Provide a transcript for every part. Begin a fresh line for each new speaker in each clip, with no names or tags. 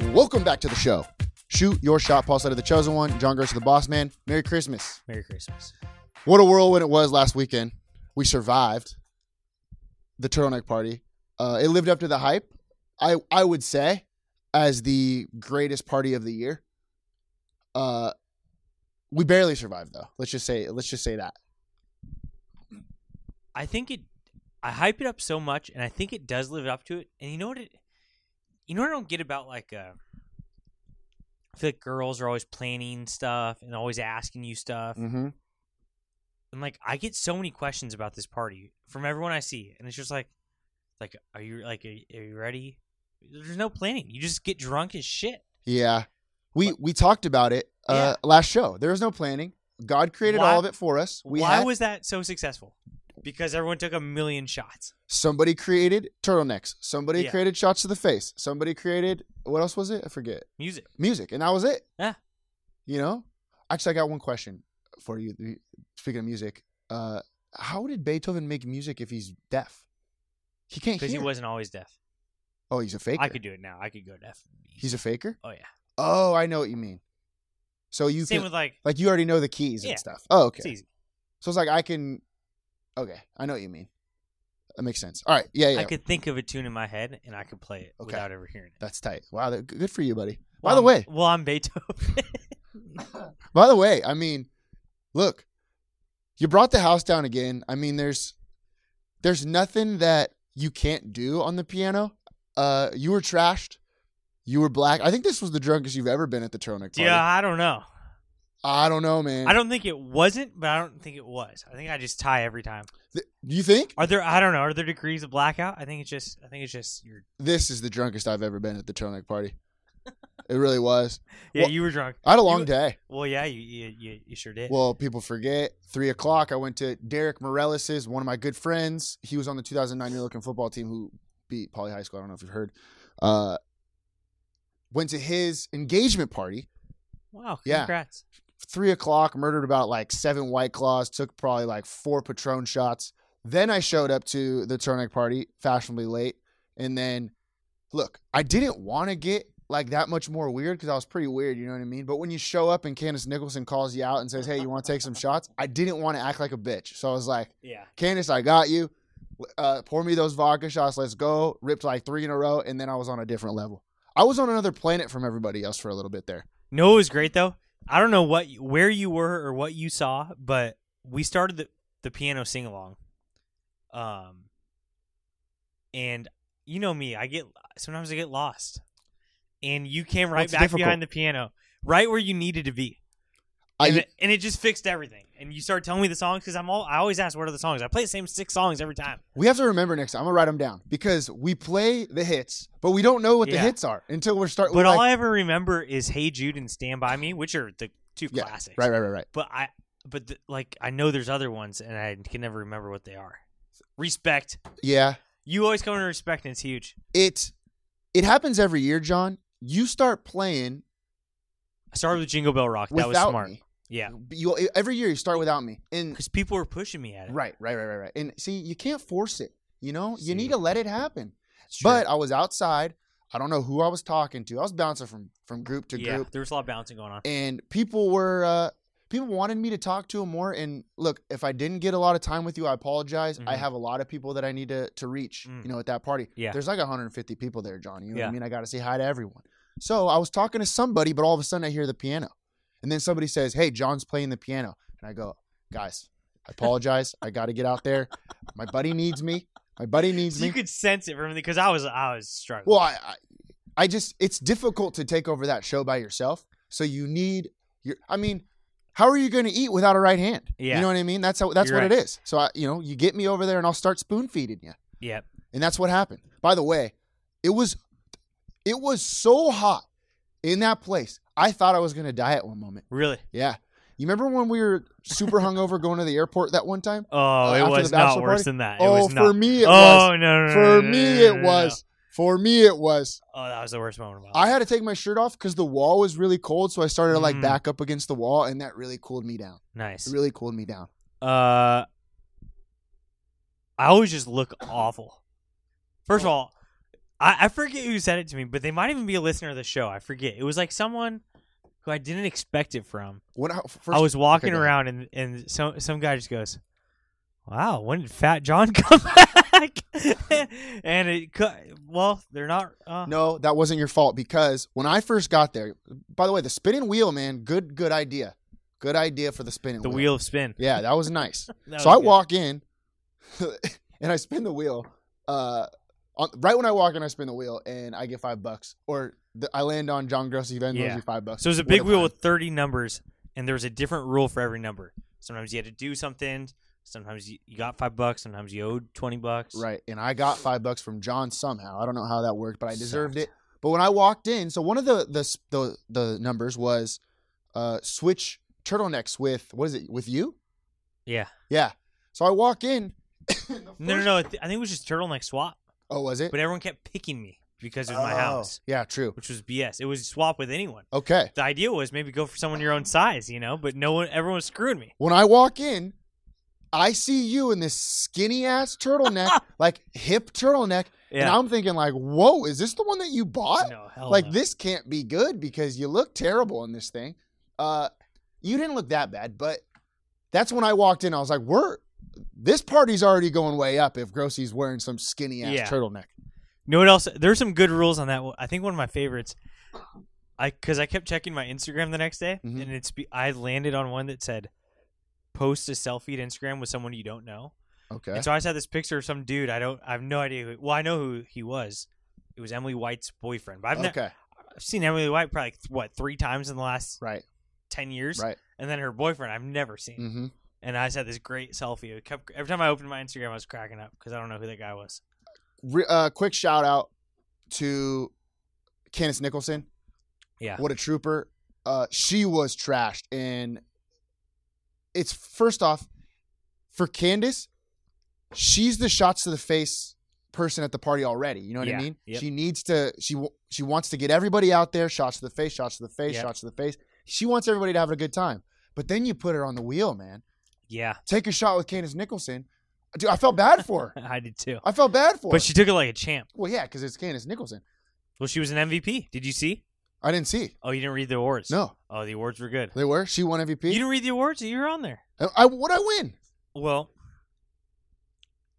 Welcome back to the show. Shoot Your Shot, Paul Side of the Chosen One, John Gersh of the Boss Man. Merry Christmas.
Merry Christmas.
What a whirlwind it was last weekend. We survived the turtleneck party. Uh, it lived up to the hype, I, I would say, as the greatest party of the year. Uh, we barely survived though. Let's just say let's just say that.
I think it. I hype it up so much, and I think it does live up to it. And you know what? It. You know what I don't get about like. Uh, I feel like girls are always planning stuff and always asking you stuff,
Mm-hmm.
and like I get so many questions about this party from everyone I see, and it's just like, like, are you like, are, you- are you ready? There's no planning. You just get drunk as shit.
Yeah, we we talked about it uh, last show. There was no planning. God created
Why-
all of it for us. We
Why
had
was that so successful? Because everyone took a million shots.
somebody created turtlenecks. Somebody
Yeah.
created shots to the face. Somebody created what else was it? I forget.
Music.
Music, and that was it.
Yeah.
You know, actually, I got one question for you. Speaking of music, uh, how did Beethoven make music if he's deaf? He can't hear.
Because he wasn't always deaf.
oh, he's a faker.
I could do it now. I could go deaf.
He's a faker.
oh yeah.
Oh, I know what you mean. So you
Same
can,
with like.
Like you already know the keys
Yeah.
and stuff. Oh,
It's
okay.
easy.
So it's like I can. Okay, I know what you mean. That makes sense. All right. Yeah, yeah.
I could think of a tune in my head and I could play it
Okay.
without ever hearing it.
That's tight. Wow, that- good for you, buddy.
Well,
by the
I'm-
way,
well, I'm Beethoven.
by the way, I mean, look, you brought the house down again. I mean, there's, there's nothing that you can't do on the piano. Uh, you were trashed. You were black. I think this was the drunkest you've ever been at the Tronic party.
yeah, I don't know.
I don't know, man.
I don't think it wasn't, but I don't think it was. I think I just tie every time.
Th- you think
Are there? I don't know. Are there degrees of blackout? I think it's just. I think it's just. You're,
this is the drunkest I've ever been at the Tronic party? it really was.
yeah,
Well,
you were drunk.
I had a long
You-
day.
Well, yeah, you you, you, you sure did.
Well, people forget. Three o'clock. I went to Derek Morellis's, one of my good friends. He was on the 2009 New Looking football team who beat Poly High School. I don't know if you've heard. Uh, went to his engagement party.
wow.
yeah.
Congrats.
Three o'clock. Murdered about like seven White Claws. Took probably like four Patron shots. Then I showed up to the Turnick party fashionably late. And then, look, I didn't want to get like that much more weird because I was pretty weird, you know what I mean? But when you show up and Candace Nicholson calls you out and says, hey, you want to take some shots? I didn't want to act like a bitch. So I was like,
Yeah.
Candace, I got you. Uh, pour me those vodka shots. Let's go. Ripped like three in a row. And then I was on a different level. I was on another planet from everybody else for a little bit there.
No, it was great though. I don't know what you- where you were or what you saw, but we started the the piano sing along. Um, and you know me, I get sometimes I get lost, and you came right
it's
back
difficult.
behind the piano, right where you needed to be,
I,
and, it, and it just fixed everything. And you started telling me the songs because I'm all I always ask what are the songs. I play the same six songs every time.
we have to remember next time. I'm going to write them down because we play the hits, but we don't know what the
Yeah.
hits are until we're starting.
But all I ever remember is Hey Jude and Stand by Me, which are the two
yeah,
classics.
Right, right, right, right.
but I but the, like I know there's other ones and I can never remember what they are. Respect.
Yeah.
You always come to respect and it's huge.
it it happens every year, John. You start playing
I started with Jingle Bell Rock. That
without
was smart.
me.
Yeah.
You every year you start without me, and
Cuz people were pushing me at it.
right, right, right, right, right. And see, you can't force it. You know, you
See.
need to let it happen.
It's true.
But I was outside. I don't know who I was talking to. I was bouncing from from group to
yeah,
group,
Uh-huh. there was a lot of bouncing going on.
and people were uh, people wanted me to talk to them more. And look, if I didn't get a lot of time with you, I apologize. I
Mhm.
have a lot of people that I need to to reach.
Mm.
You know, at that party,
Yeah.
there's like 150 people there, John. You know what
Yeah.
I mean? I got to say hi to everyone. So I was talking to somebody, but all of a sudden I hear the piano, and then somebody says, "Hey, John's playing the piano," and I go, "Guys, I apologize. I got to get out there. My buddy needs me. My buddy needs
So
me."
you could sense it from because I was I was struggling.
Well, I, I, I just it's difficult to take over that show by yourself. So you need your. I mean, how are you going to eat without a right hand?
Yeah.
you know what I mean. That's how that's
You're
what it
right.
is. So I, you know, you get me over there, and I'll start spoon feeding you,
yep.
and that's what happened. By the way, it was, it was so hot in that place. I thought I was going to die at one moment.
Really?
Yeah. You remember when we were super hungover going to the airport that one time?
Oh, it
Uh, after
was
the
not
bachelor
worse
party?
than that. It
Oh,
was not.
for me it
oh,
was.
no, no, no, no,
For
no,
me
no, no,
it
no,
was. For me it was.
no. Oh, that was the worst moment of my life.
I had to take my shirt off because the wall was really cold, so I started to like
Mm.
back up against the wall, and that really cooled me down.
nice.
It really cooled me down.
Uh, I always just look awful. First
Oh.
of all, I, I forget who said it to me, but they might even be a listener of the show. I forget. It was like someone who I didn't expect it from.
When I, first,
I was walking
okay, go ahead.
around and and some some guy just goes, "Wow, when did Fat John come back?" and it co- well, they're not. Uh,
No, that wasn't your fault because when I first got there, by the way, the spinning wheel, man, good, good idea, good idea for the spinning
the wheel of spin.
Yeah, that was nice.
That
so I
was good.
walk in, and I spin the wheel. Uh, on, right when I walk in, I spin the wheel, and I get five bucks, or the, I land on John Grossi Venn
Yeah.
yeah. five bucks.
So it was a
What
big
if
wheel
I-
with 30 numbers, and there was a different rule for every number. Sometimes you had to do something. Sometimes you, you got five bucks. Sometimes you owed 20 bucks.
Right. And I got five bucks from John somehow. I don't know how that worked, but I deserved it. But when I walked in, so one of the the s- the, the numbers was uh, switch turtlenecks with what is it with you?
Yeah.
Yeah. So I walk in.
No, no, no. I th- I think it was just turtleneck swap,
Oh, was it?
but everyone kept picking me because it was my
Oh,
house,
Yeah. True.
which was BS. It was swap with anyone.
Okay.
The idea was maybe go for someone your own size, you know, but no one, everyone was screwing me.
When I walk in, I see you in this skinny ass turtleneck, like hip turtleneck, and
Yeah.
I'm thinking like, whoa, is this the one that you bought?
no, hell
like
Oh, no.
this can't be good because you look terrible in this thing. Uh, you didn't look that bad, but that's when I walked in. I was like, "We're this party's already going way up if Grossy's wearing some skinny ass
Yeah.
turtleneck."
You know what else? There's some good rules on that. one. I think one of my favorites. I because I kept checking my Instagram the next day,
Mhm.
and it's be, I landed on one that said, "Post a selfie to Instagram with someone you don't know."
Okay,
And so I saw this picture of some dude. I don't. I have no idea. Who, well, I know who he was. It was Emily White's boyfriend. But I've, ne-
okay,
I've seen Emily White probably like, what three times in the last
right,
ten years,
right.
and then her boyfriend I've never seen.
hmm
And I just had this great selfie. It kept, every time I opened my Instagram, I was cracking up because I don't know who that guy was.
Re- uh, quick shout out to Candace Nicholson.
Yeah.
What a trooper. Uh, she was trashed. And it's first off, for Candace, she's the shots to the face person at the party already. You know what I
Yeah.
mean?
Yep.
She needs to, she, w- she wants to get everybody out there, shots to the face, shots to the face,
Yep.
shots to the face. She wants everybody to have a good time. But then you put her on the wheel, man.
Yeah,
Take a shot with Candace Nicholson. Dude, I felt bad for her.
I did too.
I felt bad for her.
But she took it like a champ.
well, yeah, because it's Candace Nicholson.
Well, she was an MVP. Did you see?
I didn't see.
Oh, you didn't read the awards.
No,
Oh, the awards were good.
they were. She won
You
MVP.
didn't read the awards. You were on there.
I, I, what I win?
Well,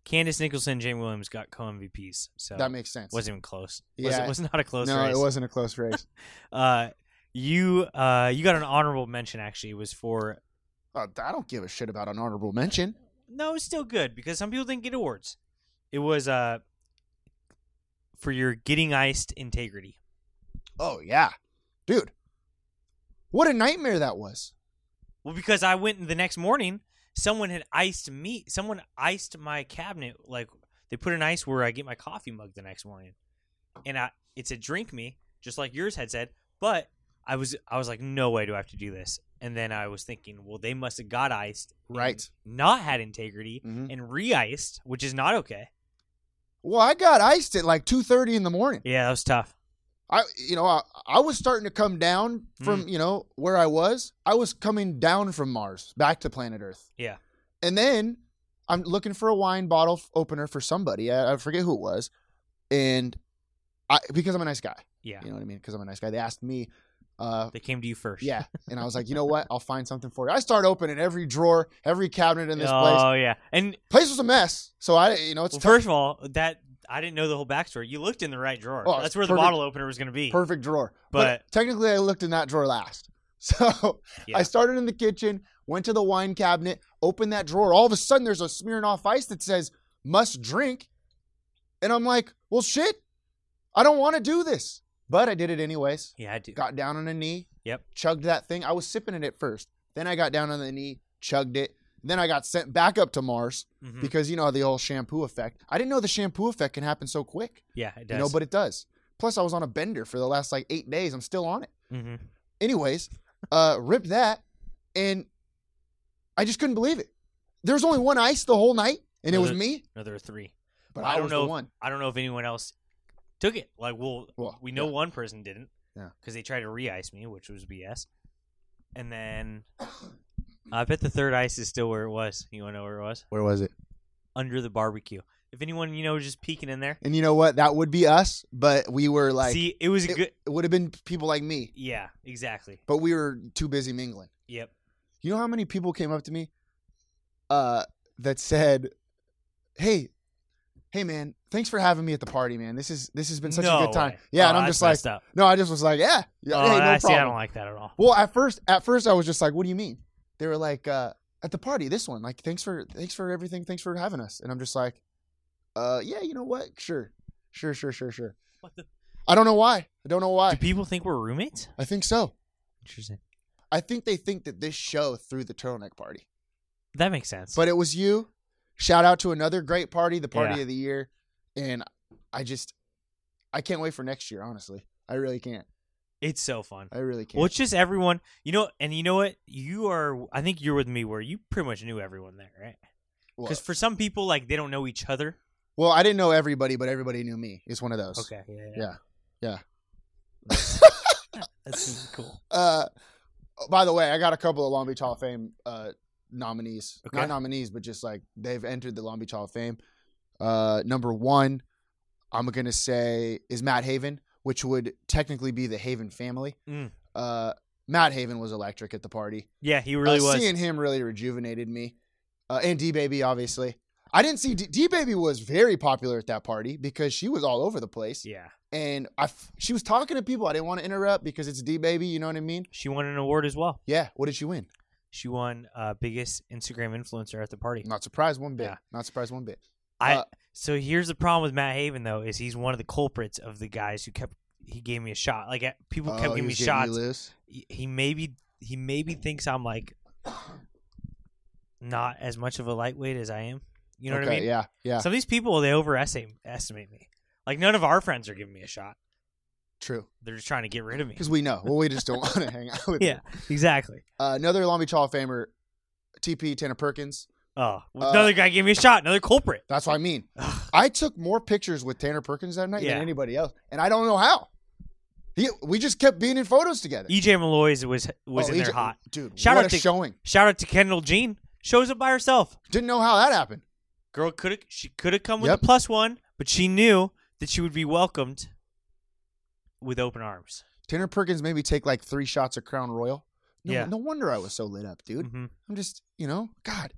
Candace Nicholson, and Jamie Williams got co MVPs. So
That makes sense.
wasn't even close.
Yeah.
was, was not a close
no,
race.
it wasn't a close race.
Uh, you uh, you got an honorable mention. Actually, it was for
Uh, I don't give a shit about an honorable mention.
no, it's still good because some people didn't get awards. It was uh for your getting iced integrity.
Oh yeah, dude, what a nightmare that was.
Well, because I went the next morning, someone had iced me. Someone iced my cabinet. Like they put an ice where I get my coffee mug the next morning, and I it said drink me, just like yours had said. But I was I was like, no way do I have to do this. And then I was thinking, well, they must have got iced, and
Right.
Not had integrity
Mhm.
and re-iced, which is not okay.
Well, I got iced at like two thirty in the morning.
Yeah, that was tough.
I, you know, I, I was starting to come down from
Mm.
you know where I was. I was coming down from Mars back to planet Earth.
Yeah.
And then I'm looking for a wine bottle f- opener for somebody. I, I forget who it was, and I because I'm a nice guy.
Yeah.
You know what I mean? Because I'm a nice guy. They asked me, Uh,
They came to you first.
yeah, and I was like, you know what? I'll find something for you. I start opening every drawer, every cabinet in this place.
Oh yeah, and
Place was a mess, so I, you know, it's
well,
tough.
first of all, that I didn't know the whole backstory. You looked in the right drawer.
Oh,
That's where the
perfect-
bottle opener was going to be.
perfect drawer.
But-
technically, I looked in that drawer last. So
Yeah.
I started in the kitchen, went to the wine cabinet, opened that drawer. All of a sudden, there's a Smirnoff Ice that says "must drink," and I'm like, "Well, shit, I don't want to do this," but I did it anyways.
yeah, I do.
Got down on a knee,
Yep.
chugged that thing. I was sipping it at first. Then I got down on the knee, chugged it. Then I got sent back up to Mars
Mhm.
because you know the whole shampoo effect. I didn't know the shampoo effect can happen so quick.
Yeah, it does.
You know, but it does. Plus, I was on a bender for the last like eight days. I'm still on it.
hmm
Anyways, uh, ripped that, and I just couldn't believe it. There was only one ice the whole night, and it
No,
was
there-
me.
no, there are three.
But
Uh-huh. I
I,
don't
was
know
the
if-
one.
I don't know if anyone else took it. Like, well,
Well,
we know
yeah.
one person didn't.
Yeah.
Because they tried to re-ice me, which was BS. And then uh, I bet the third ice is still where it was. You want to know where it was?
Where was it?
Under the barbecue. If anyone you know was just peeking in there,
And you know what? That would be us, but we were like,
see, it was a
it-
good.
it would have been people like me,
Yeah, exactly.
but we were too busy mingling.
Yep.
You know how many people came up to me uh, that said, "Hey, hey, man, thanks for having me at the party, man. This is this has been such a
No
good time."
way.
Yeah, and
Oh,
I'm
that's
just like,
messed up.
no, I just was like, yeah, yeah,
Oh,
hey, no
I see. I
problem.
don't like that at all.
well, at first, at first, I was just like, what do you mean? They were like, uh, at the party, this one, like, thanks for thanks for everything, thanks for having us, and I'm just like, uh, yeah, you know what? Sure, sure, sure, sure, sure.
What the-
I don't know why. I don't know
Do
why.
people think we're roommates?
I think so.
Interesting.
I think they think that this show threw the turtleneck party.
That makes sense.
but it was you. Shout out to another great party, the party
Yeah.
of the year, and I just I can't wait for next year. Honestly, I really can't.
it's so fun.
I really can't.
Well, it's just everyone. You know, and you know what? You are. I think you're with me where you pretty much knew everyone there, right?
well,
Because for some people, like they don't know each other.
well, I didn't know everybody, but everybody knew me. It's one of those.
Okay. Yeah.
Yeah. Yeah.
That's cool.
Uh, by the way, I got a couple of Long Beach Hall of Fame uh, nominees.
Okay.
Not nominees, but just like they've entered the Long Beach Hall of Fame. Uh, number one, I'm gonna say is Matt Haven, which would technically be the Haven family.
Mm.
Uh, Matt Haven was electric at the party.
Yeah, he really
Uh,
was.
Seeing him really rejuvenated me. Uh, and D Baby, obviously. I didn't see D Baby was very popular at that party because she was all over the place.
yeah,
And I f- she was talking to people. I didn't want to interrupt because it's D Baby. You know what I mean?
she won an award as well.
Yeah. What did she win?
She won uh, biggest Instagram influencer at the party.
Not surprised one bit.
Yeah.
Not surprised one bit.
I.
uh,
so here's the problem with Matt Haven though is he's one of the culprits of the guys who kept he gave me a shot. Like uh, people
Oh,
kept
he
giving me
was getting you
shots.
loose.
He he maybe he maybe thinks I'm like not as much of a lightweight as I am. You know
okay,
what I mean?
Yeah. Yeah.
Some of these people they overestimate estimate me. Like none of our friends are giving me a shot.
True.
They're just trying to get rid of me.
Because we know. Well, we just don't want to hang out with
Yeah, exactly.
you. Uh, another Long Beach Hall of Famer, TP Tanner Perkins.
Oh,
Uh,
another guy gave me a shot. Another culprit.
That's what I mean. I took more pictures with Tanner Perkins that night
Yeah.
than anybody else, and I don't know how. He, we just kept being in photos together.
EJ E Malloy's was was
Oh,
in there
EJ
hot.
dude.
Shout
what
out
a
to-
showing.
Shout out to Kendall Jean. Shows up by herself.
Didn't know how that happened.
Girl could have she could have come with
Yep.
a plus one, but she knew that she would be welcomed with open arms.
Tanner Perkins made me take like three shots of Crown Royal. No,
Yeah.
no wonder I was so lit up, dude.
Mhm.
I'm just, you know, God,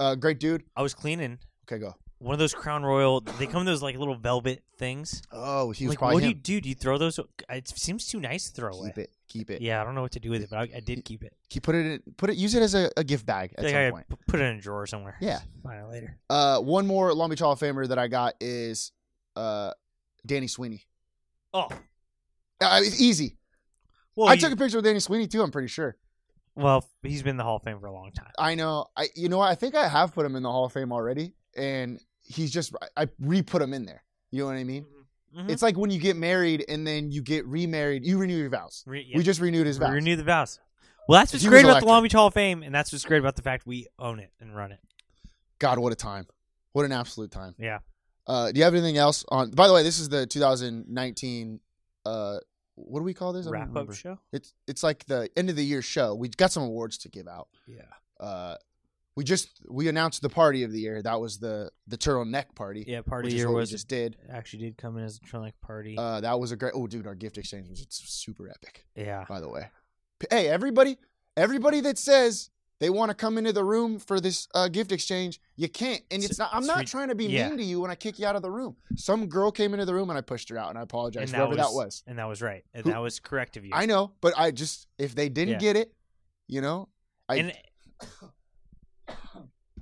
uh, great dude.
I was cleaning
Okay, go.
one of those Crown Royal. They come in those like little velvet things.
Oh, he was
Like,
probably
what do
him.
you do? Do you throw those? It seems too nice to throw away.
keep it, keep it.
Yeah, I don't know what to do with it, but I, I did keep it.
Keep put it, in, put it, use it as a, a gift bag at
Like,
some
I
point.
p- put it in a drawer somewhere.
Yeah.
Find it later.
Uh, one more Long Beach Hall of Famer that I got is uh, Danny Sweeney.
Oh,
Uh, it's easy.
well,
I
you-
took a picture with Danny Sweeney too. I'm pretty sure.
well, he's been in the Hall of Fame for a long time.
I know. I you know what? I think I have put him in the Hall of Fame already, and he's just I I re-put him in there. You know what I mean?
Mhm.
It's like when you get married and then you get remarried. You renew your vows.
Re-
We
yeah.
just renewed his vows.
Renew the vows. Well, that's what's
He was
great about the
electric.
Long Beach Hall of Fame, and that's what's great about the fact we own it and run it.
God, what a time! What an absolute time!
Yeah.
Uh, do you have anything else on? By the way, this is the 2019. Uh, what do we call this? I don't
Wrap up
remember.
show.
It's it's like the end of the year show. We got some awards to give out.
Yeah.
Uh, we just we announced the party of the year. That was the the turtleneck party.
Yeah, part of
which
the
is
year
what we
was
just did.
actually did come in as a tronic party.
Uh, that was a great. Oh, dude, our gift exchange was super epic.
yeah,
By the way, P- hey everybody, everybody that says they want to come into the room for this uh, gift exchange, you can't. And
It's-
it's not. I'm
it's
not
re-
trying to be
yeah.
mean to you when I kick you out of the room. Some girl came into the room and I pushed her out, and I apologize. whoever that was.
and that was right, and
Who-
that was correct of you.
I know, but I just if they didn't
Yeah.
get it, you know, I
and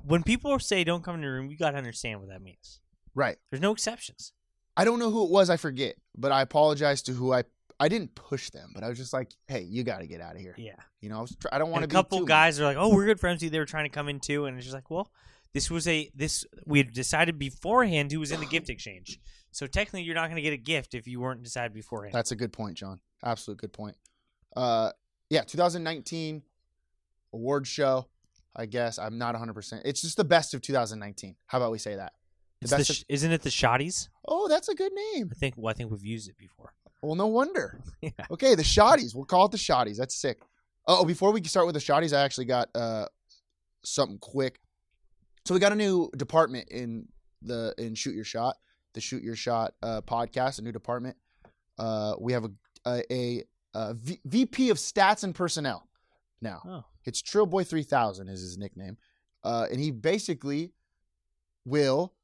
when people say don't come in the room, you gotta understand what that means.
right.
There's no exceptions.
I don't know who it was. I forget, but I apologize to who I. I didn't push them, but I was just like, "Hey, you got to get out of here."
Yeah,
You know, I, was try- I don't want
and
to
a
be
couple
too-
guys are like, "Oh, we're good friends." They were trying to come in too, and it's just like, well, this was a this we had decided beforehand who was in the gift exchange. So technically, you're not gonna get a gift if you weren't decided beforehand.
That's a good point, John. Absolute good point. Uh, yeah, 2019 award show. I guess I'm not 100. percent It's just the best of 2019. How about we say that? The
It's
best.
the
of-
sh- isn't it the Shotties?
oh, that's a good name.
I think. Well, I think we've used it before.
Well, no wonder.
Yeah.
Okay, the shotties. We'll call it the shotties. That's sick. Oh, before we start with the shotties, I actually got uh something quick. So we got a new department in the in Shoot Your Shot, the Shoot Your Shot uh, podcast, a new department. Uh, we have a a, a, a v- VP of Stats and Personnel now.
Oh.
It's Trillboy three thousand is his nickname, uh, and he basically will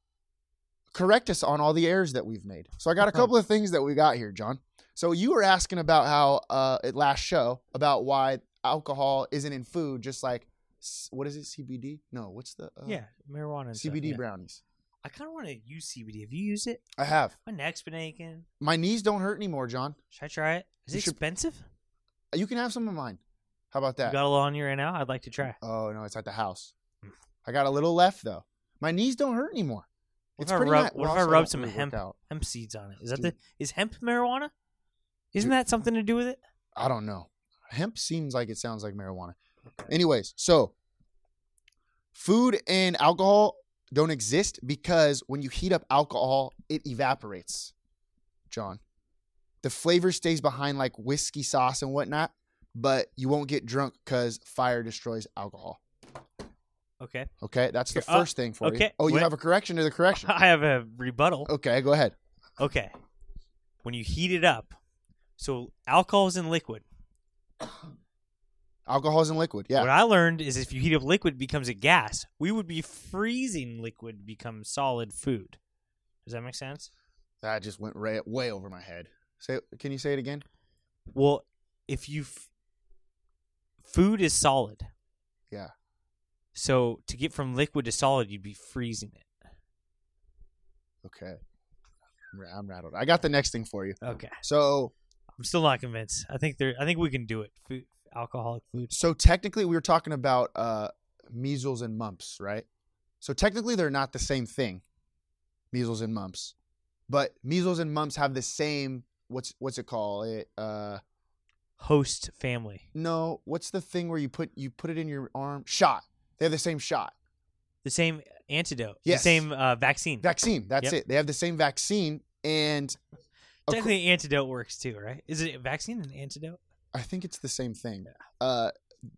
correct us on all the errors that we've made. So I got a couple of things that we got here, John. So you were asking about how uh, at last show about why alcohol isn't in food, just like s- what is it CBD? No, what's the uh,
yeah, marijuana. And stuff,
CBD
yeah.
brownies?
I kind of want to use CBD. Have you used it?
I have.
My neck's been aching.
My knees don't hurt anymore, John.
Should I try it? Is
You
it
should-
expensive?
You can have some of mine. How about
You
that?
got a little on you right now. I'd like to try.
oh no, it's at the house. I got a little left though. My knees don't hurt anymore.
What
It's
if I
pretty
rub-
nice.
what
Well,
if I
also,
rub
don't
some
really work
hemp?
out.
Hemp seeds on it. Is that
Dude.
the is hemp marijuana? Isn't
Dude.
that something to do with it?
I don't know. Hemp seems like it sounds like marijuana. Anyways, so food and alcohol don't exist because when you heat up alcohol, it evaporates. John, the flavor stays behind like whiskey sauce and whatnot, but you won't get drunk because fire destroys alcohol.
Okay.
Okay, that's the
Here, uh,
first thing for you.
okay,
Oh, you
wait.
have a correction to the correction.
I have a rebuttal.
Okay, go ahead.
Okay. When you heat it up, so alcohol is in liquid.
Alcohol is in liquid.
What
Yeah,
I learned is if you heat up liquid, it becomes a gas. We would be freezing liquid become solid food. Does that make sense?
that just went right, way over my head. Say, can you say it again?
Well, if you f- food is solid,
Yeah.
So to get from liquid to solid, you'd be freezing it.
Okay. I'm, ra- I'm rattled. I got the next thing for you.
Okay,
So,
I'm still not convinced. I think there. I think we can do it. Food, alcoholic food.
so technically, we were talking about uh, measles and mumps, right? So technically, they're not the same thing, measles and mumps, but measles and mumps have the same what's what's it called? It uh,
Host family,
no, what's the thing where you put you put it in your arm? Shot. They have the same shot.
the same antidote,
Yes.
the same uh, vaccine.
Vaccine. That's
Yep.
it. They have the same vaccine, and of cour-
Technically, antidote works too, right? Is it a vaccine and antidote?
I think it's the same thing. Uh,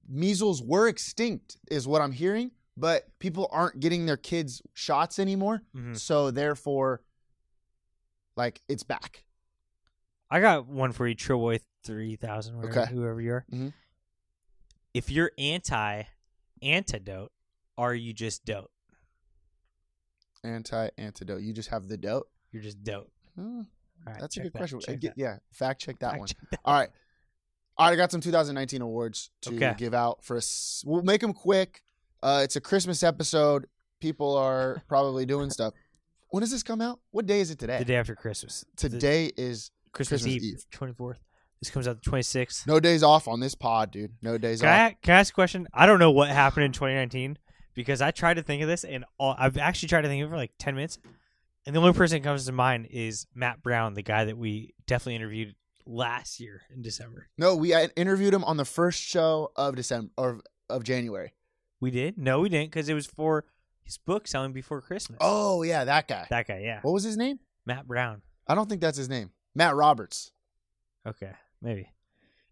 measles were extinct, is what I'm hearing, but people aren't getting their kids shots anymore.
Mhm.
So therefore, like it's back.
I got one for you, Troy three thousand,
Okay.
whoever you are.
Mhm.
If you're anti antidote, are you just dope?
Anti antidote. You just have the dope.
You're just dope.
Hmm,
All right,
that's a
check
good
that,
question.
check
Again,
that.
yeah, fact check that
Fact
one.
check that.
All right. All right, I got some 2019 awards to
Okay.
give out for us. We'll make them quick. Uh, it's a Christmas episode. People are probably doing stuff. When does this come out? What day is it today?
The day after Christmas. The
Today is
Christmas,
Christmas
Eve,
Eve.
twenty fourth. This comes out the twenty sixth.
No days off on this pod, dude. No days
Can
off.
I, can I ask a question? I don't know what happened in 2019 because I tried to think of this and all, I've actually tried to think of it for like 10 minutes. And the only person that comes to mind is Matt Brown, the guy that we definitely interviewed last year in December.
No, we I interviewed him on the first show of December or of January.
We did? No, we didn't because it was for his book selling before Christmas.
Oh yeah, that guy.
that guy, yeah.
What was his name?
Matt Brown.
I don't think that's his name. Matt Roberts.
Okay, maybe.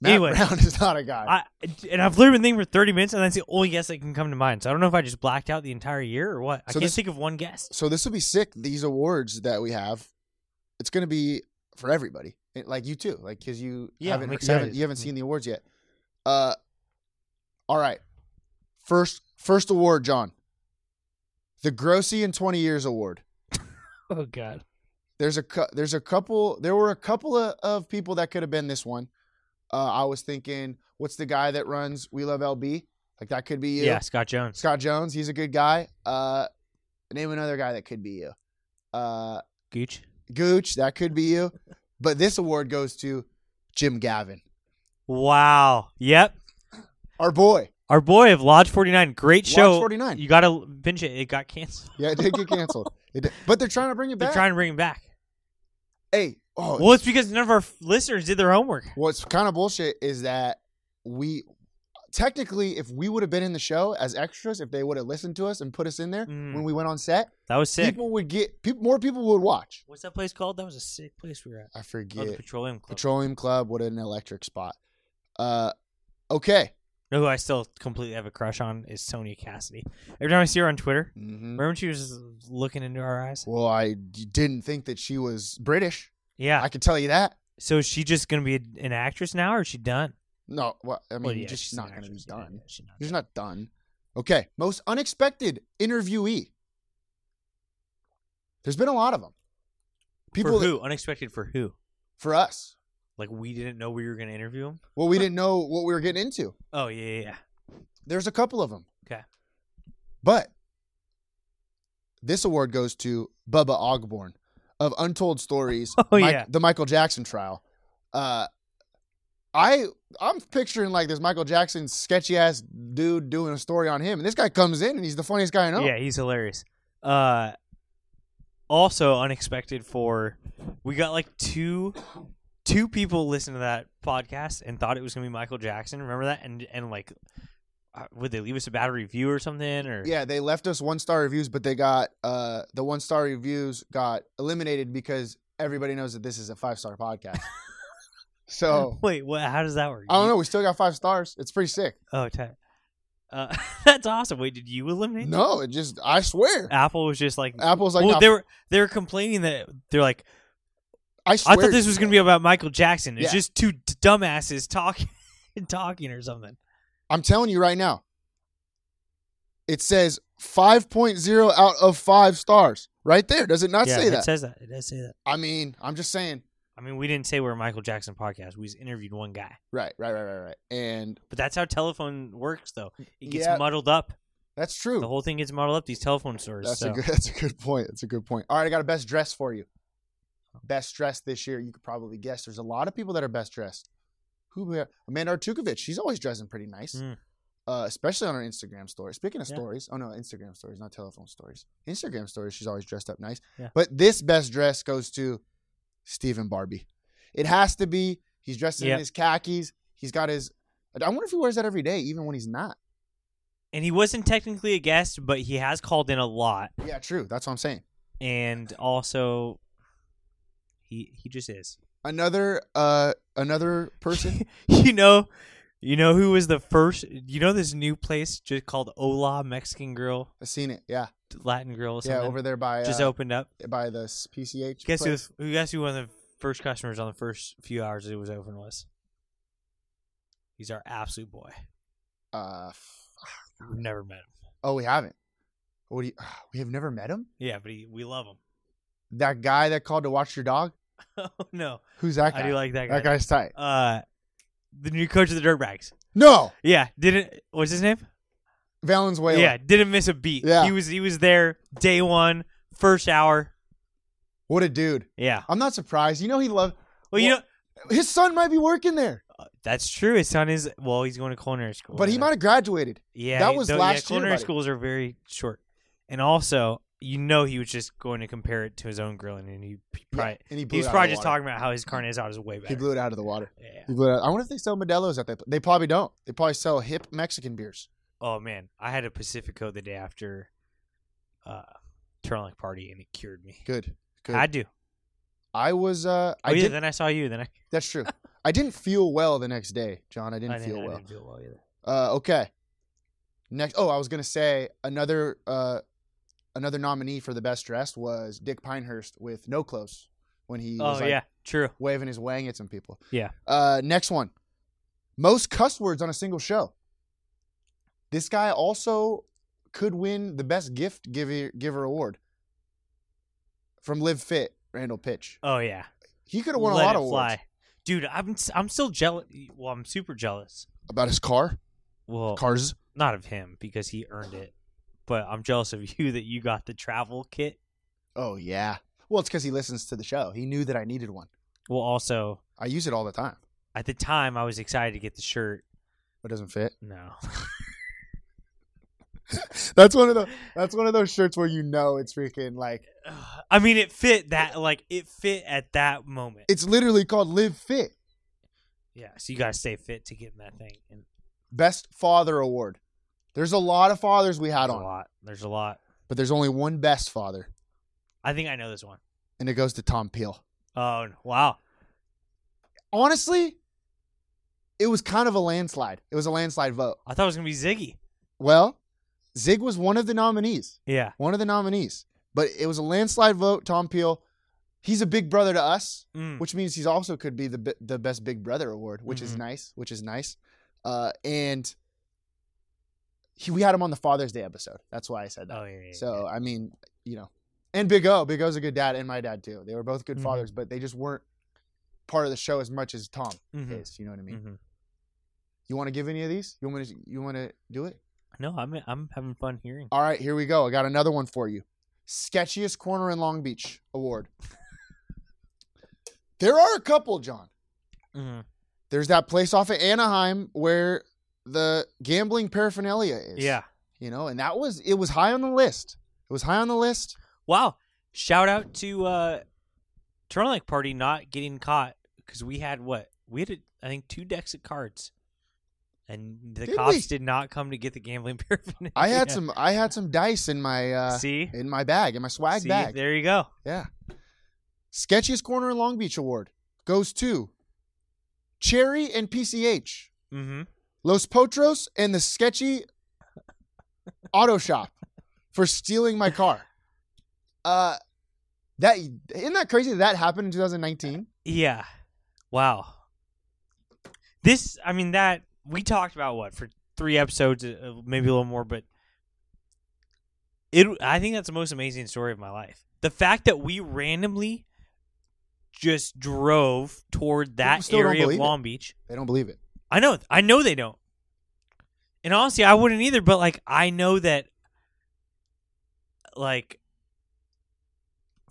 Matt
Anyway.
Brown is not a guy.
I and I've literally been thinking for thirty minutes, and that's the only guess that can come to mind. So I don't know if I just blacked out the entire year or what. I
So
can't
this-
think of one guess.
so this will be sick. These awards that we have, it's going to be for everybody, It- like you too, like because you
Yeah, I'm
haven't you haven't,
excited.
you haven't seen the awards yet. Uh, all right, first first award, John, the Grossi in twenty years award.
Oh God.
There's a cou- there's a couple there were a couple of, of people that could have been this one. Uh, I was thinking, what's the guy that runs We Love LB? Like that could be you.
Yeah, Scott Jones.
Scott Jones, he's a good guy. Uh, name another guy that could be you. Uh,
Gooch.
Gooch, that could be you. But this award goes to Jim Gavin,
Wow. Yep.
our boy.
Our boy of Lodge 49, great show.
Lodge 49.
You got to binge it. It got canceled.
Yeah, it did get canceled, it did- but they're trying to bring it
They're
back.
trying to bring him back.
hey, oh,
Well, it's because none of our f- listeners did their homework.
what's kind of bullshit is that we technically, if we would have been in the show as extras, if they would have listened to us and put us in there
Mm.
when we went on set,
That was sick.
people would get peop more people would watch.
What's that place called? That was a sick place we were at.
I
Oh,
forget
the Petroleum Club.
Petroleum Club. What an electric spot. Uh, okay.
no, who I still completely have a crush on is Sonia Cassidy. Every time I see her on Twitter,
Mhm.
remember when she was looking into our eyes?
Well, I d- didn't think that she was British.
Yeah.
I can tell you that.
so is she just going to be a- an actress now, or is she done?
No, well, I mean,
Well, yeah,
just
she's
not
an
going to be
actress. Yeah,
done.
yeah, she's not
She's not done. Okay, most unexpected interviewee. There's been a lot of them. People
for
that-
who? Unexpected for who?
for us.
Like we didn't know we were going to interview him?
Well, we didn't know what we were getting into.
Oh, yeah, yeah, yeah.
There's a couple of them,
Okay.
but this award goes to Bubba Ogborn of Untold Stories.
Oh, yeah.
the Michael Jackson trial. Uh, I I'm picturing like this Michael Jackson sketchy ass dude doing a story on him, and this guy comes in and he's the funniest guy I know.
Yeah, he's hilarious. Uh, also unexpected for we got like two two people listened to that podcast and thought it was gonna be Michael Jackson. Remember that? And and like, uh, would they leave us a bad review or something? Or
Yeah, they left us one star reviews, but they got uh the one star reviews got eliminated because everybody knows that this is a five star podcast. so
wait, what? How does that work?
Oh. I don't know. We still got five stars. It's pretty sick.
Oh, tight. Uh, that's awesome. Wait, did you eliminate? them?
No, it just I swear.
Apple was just like.
Apple's like,
well,
"Nah,
they were they were complaining that they're like,
I
I
swear.
thought this was gonna be about Michael Jackson. It's
Yeah.
just two d- dumbasses talking, talking or something.
I'm telling you right now. It says 5.0 out of 5 stars. Right there. Does it not
yeah,
say
it
that?
says that. It does say that.
I mean, I'm just saying.
I mean, we didn't say we're a Michael Jackson podcast. We just interviewed one guy.
Right, right, right, right, right. And
But that's how telephone works, though. It gets
Yeah.
muddled up.
that's true.
The whole thing gets muddled up. These telephone stores.
that's
so.
a good that's a good point. That's a good point. All right, I got a best dress for you. Best dressed this year, you could probably guess. There's a lot of people that are best dressed. Who Amanda Artukovich, she's always dressing pretty nice.
Mm.
Uh, especially on her Instagram story. Speaking of
Yeah.
stories, oh no, Instagram stories, not telephone stories. Instagram stories, she's always dressed up nice.
Yeah.
But this best dress goes to Stephen Barbie. It has to be. He's dressed
Yeah.
in his khakis. He's got his. I wonder if he wears that every day, even when he's not.
And he wasn't technically a guest, but he has called in a lot,
Yeah, true. That's what I'm saying.
and also, he he just is.
Another, uh, another person.
you know, you know who was the first? You know this new place just called Ola Mexican Grill,
I've seen it. Yeah,
Latin Grill, or
yeah,
something.
over there by
just
uh,
opened up.
by the s- PCH.
Guess who?
place.
the- Who guess who one of the first customers on the first few hours it was open was? He's our absolute boy.
Uh, f-
We've never met him.
oh, we haven't. What do you? ah, We have never met him.
Yeah, but he, we love him.
That guy that called to watch your dog.
oh no,
Who's that guy?
I do like that guy.
that guy's tight.
Uh, the new coach of the Dirtbags.
No,
Yeah, didn't what's his name?
Valenzuela.
Yeah, didn't miss a beat.
Yeah.
he was he was there day one, first hour.
What a dude.
Yeah.
I'm not surprised. You know he loved.
Well, you know uh,
Well- His son might be working there,
that's true. His son is well, he's going to culinary school,
but he
Oh, Yeah.
might have graduated.
Yeah,
that
he-
was
though,
last year,
yeah, culinary
buddy.
schools are very short, and also you know he was just going to compare it to his own grilling, and he p- probably
and he
he,
blew
was
it out of
probably
the
just
water.
talking about how his carne asada is way better.
He blew it out of the water.
yeah.
He blew it out. I wonder if they sell Modelo's at that. They probably don't. They probably sell hip Mexican beers.
Oh man, I had a Pacifico the day after uh Turlock party, and it cured me.
Good. Good.
I do.
I was. Uh,
Oh
I
yeah,
did.
then I saw you. Then I
That's true. I I didn't feel well the next day, John. I didn't,
I didn't,
feel
I
well.
didn't feel well either.
Uh, okay. Next. Oh, I was gonna say another uh, another nominee for the best dressed was Dick Pinehurst with no clothes when he was
Oh
like,
yeah, true.
waving his wang at some people.
Yeah.
Uh, next one. Most cuss words on a single show. This guy also could win the best gift giver, giver award from Live Fit, Randall Pitch.
Oh yeah.
He could have won
Let
a lot
it
of awards.
fly. Dude, I'm s- I'm still jealous. Well, I'm super jealous.
About his car,
Well,
cars.
not of him because he earned it, but I'm jealous of you that you got the travel kit.
Oh yeah. Well, it's because he listens to the show. He knew that I needed one.
Well, also
I use it all the time.
at the time I was excited to get the shirt.
It doesn't fit.
No,
That's one of the. That's one of those shirts where you know it's freaking like
I mean it fit that like it fit at that moment.
it's literally called Live Fit.
yeah, so you gotta stay fit to get in that thing. And
Best Father Award. There's a lot of fathers we had
there's a
on,
lot. There's a lot.
but there's only one best father,
I think I know this one.
and it goes to Tom Peel.
Oh wow.
Honestly, it was kind of a landslide. It was a landslide vote.
I thought it was gonna be Ziggy.
Well, Zig was one of the nominees,
Yeah.
one of the nominees, but it was a landslide vote. Tom Peel, he's a big brother to us,
Mm.
which means he's also could be the bi- the best Big Brother award, which is
Mhm.
nice, which is nice. Uh, and he, we had him on the Father's Day episode. That's why I said that.
Oh yeah. yeah,
So I mean, you know, and Big O, Big O's a good dad, and my dad too. They were both good
Mhm.
fathers, but they just weren't part of the show as much as Tom
yeah. Mhm,
is. You know what I mean?
mhm.
You want to give any of these? You want to? You want to do it?
No, I'm I'm having fun hearing.
All right, here we go. I got another one for you. Sketchiest corner in Long Beach award. there are a couple, John.
Mhm.
There's that place off of Anaheim where the gambling paraphernalia is.
Yeah.
You know, and that was it was high on the list. It was high on the list.
Wow. Shout out to uh Toronto Lake Party not getting caught because we had what? We had, I think, two decks of cards. And the
Did
cops
we?
did not come to get the gambling paraphernalia.
I had some I had some dice in my uh
See?
in my bag, in my swag
See?
bag.
There you go.
Yeah. Sketchiest corner in Long Beach award goes to Cherry and PCH.
Mm-hmm.
Los Potros and the sketchy auto shop for stealing my car. Uh that isn't that crazy that, that happened in 2019?
Yeah. Wow. This, I mean, that, we talked about what, for three episodes, uh, maybe a little more, but it. I think that's the most amazing story of my life. The fact that we randomly just drove toward
People
that
still don't
area of
believe it.
Long Beach.
They don't believe it.
I know, I know they don't. And honestly, I wouldn't either, but like, I know that, like,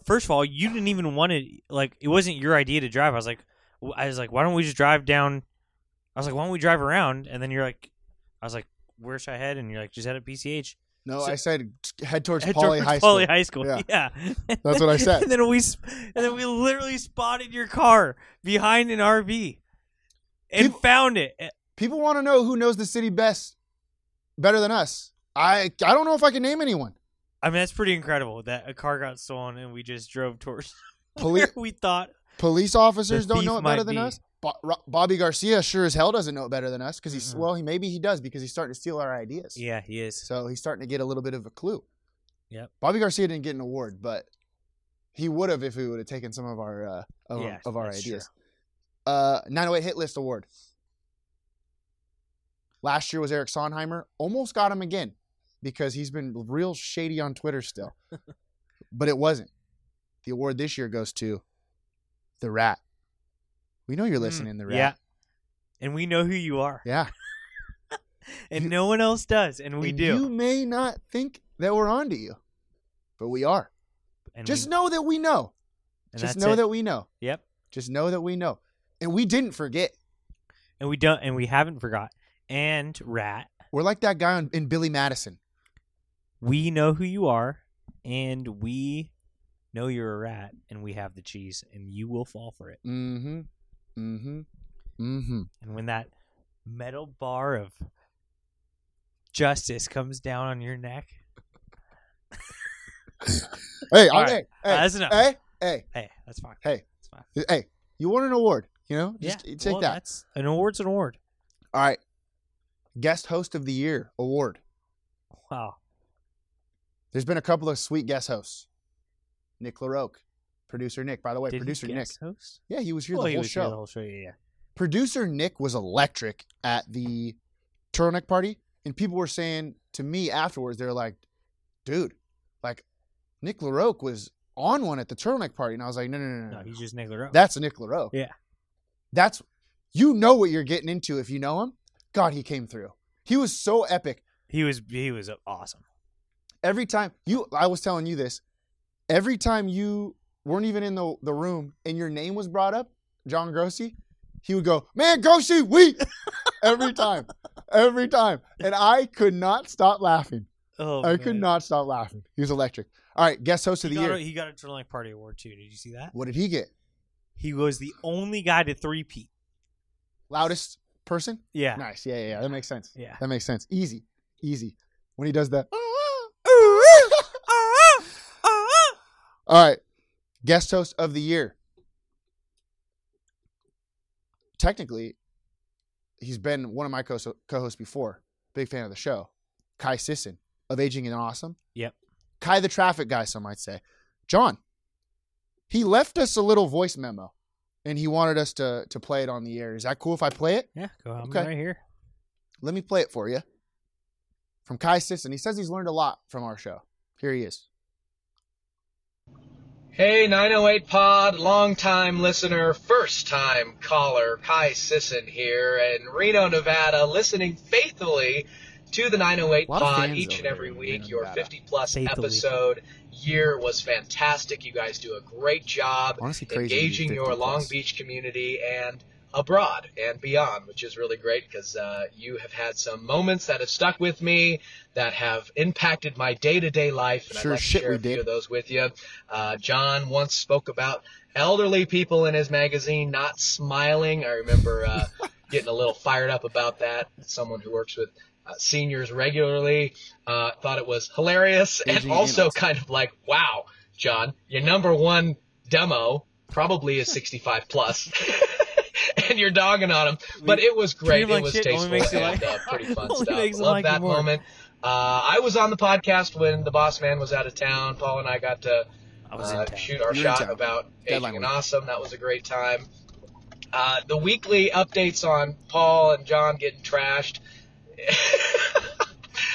first of all, you didn't even want to like it wasn't your idea to drive. I was like w- I was like, why don't we just drive down I was like, why don't we drive around? And then you're like I was like, where should I head? And you're like, just head at PCH.
No,
So-
I said head towards
Head
Poly
towards
High
Pauley
School.
High School.
Yeah.
Yeah.
That's what I said.
and then we sp- and then we literally spotted your car behind an RV and
People-
found it.
People want to know who knows the city best better than us. I I don't know if I can name anyone.
I mean, that's pretty incredible that a car got stolen and we just drove towards
Poli-
where we thought
police officers
The
don't know
thief
it better
might
than
be.
us. Bo- Ro- Bobby Garcia sure as hell doesn't know it better than us because he's
Mhm.
well, he maybe he does because he's starting to steal our ideas.
Yeah, he is.
So he's starting to get a little bit of a clue.
Yep.
Bobby Garcia didn't get an award, but he would have if we would have taken some of our uh, of,
Yeah,
of our
that's true.
ideas. Uh, 908 Hit List Award. Last year was Eric Sonheimer. Almost got him again because he's been real shady on Twitter still. but it wasn't. The award this year goes to The Rat. We know
Hmm,
you're listening, The Rat.
Yeah. And we know who you are.
Yeah.
And
You-
no one else does. And we
And
do.
You may not think that we're on to you, but we are.
and
Just
we,
know that we know.
and
Just
that's
know
it.
that we know.
Yep.
Just know that we know. And we didn't forget.
And we don't and we haven't forgot. And rat,
We're like that guy on, in Billy Madison.
we know who you are and we know you're a rat and we have the cheese and you will fall for it.
Mm-hmm. Mm-hmm. Mm-hmm.
And when that metal bar of justice comes down on your neck,
Hey,
All
all
right.
right.
uh,
hey,
that's enough.
hey, hey,
Hey, that's fine.
hey, hey, you won an award. You know, just
yeah.
take
well,
that.
That's an award's an award.
All right. Guest host of the year award.
Wow.
There's been a couple of sweet guest hosts. Nick LaRoque, producer Nick. By the way,
Did he
producer Nick.
guest Host?
Yeah, he was here
Well,
the
he
whole
was
show.
here the whole show. Yeah, yeah.
Producer Nick was electric at the turtleneck party, and people were saying to me afterwards, they're like, "Dude, like Nick LaRoque was on one at the turtleneck party," and I was like, "No, no, no, no,
No,
no.
he's just Nick LaRoe.
That's Nick LaRoe.
Yeah.
That's you know what you're getting into if you know him. God, he came through. He was so epic.
he was he was awesome.
Every time you I was telling you this, every time you weren't even in the, the room and your name was brought up, John Grossi, he would go, Man, Grossi, we every time. Every time. And I could not stop laughing.
Oh,
I could not stop laughing. He was electric. All right, guest host of
He
the
got,
year.
a, he got a Turtleneck Party Award too. Did you see that?
what did he get?
He was the only guy to three peat.
Loudest person?
Yeah.
Nice. Yeah, yeah, yeah. That makes sense.
Yeah.
That makes sense. Easy. Easy. When he does that. All right. Guest host of the year. Technically, he's been one of my co hosts before. Big fan of the show. Kai Sisson of Aging and Awesome.
Yep.
Kai the traffic guy, some might say. John, he left us a little voice memo and he wanted us to, to play it on the air. Is that cool if I play it?
Yeah, go on.
Okay.
right here.
Let me play it for you. From Kai Sisson. He says he's learned a lot from our show. Here he is.
Hey, 908 Pod, longtime listener, first time caller, Kai Sisson here in Reno, Nevada, listening faithfully to the 908
Lot of
Pod
fans
each and
over
every
there in Reno,
week. Your
Nevada.
50 plus
Faithfully.
episode year was fantastic. You guys do a great job
Honestly, crazy to do
engaging
50
your Long
plus.
Beach community and abroad and beyond, which is really great because uh, you have had some moments that have stuck with me that have impacted my day to day life. And
Sure
I'd like
shit
to share
we
a few
did.
of those with you. Uh, John once spoke about elderly people in his magazine not smiling. I remember uh, getting a little fired up about that. Someone who works with uh, seniors regularly uh, thought it was hilarious
Aging
and also
analyst.
kind of like, wow, John, your number one demo probably is 65 plus. And you're dogging on him, but it was
Treat
great.
him like
it was
shit,
tasteful
only makes you
and
like-
uh, pretty fun
only
stuff.
makes him
Love
like you
that
more.
moment. Uh, I was on the podcast when the boss man was out of town. Paul and I got to
I was
uh,
in town.
shoot our
You were in
shot
town.
about
Deadline
aging and
week.
awesome. That was a great time. Uh, the weekly updates on Paul and John getting trashed.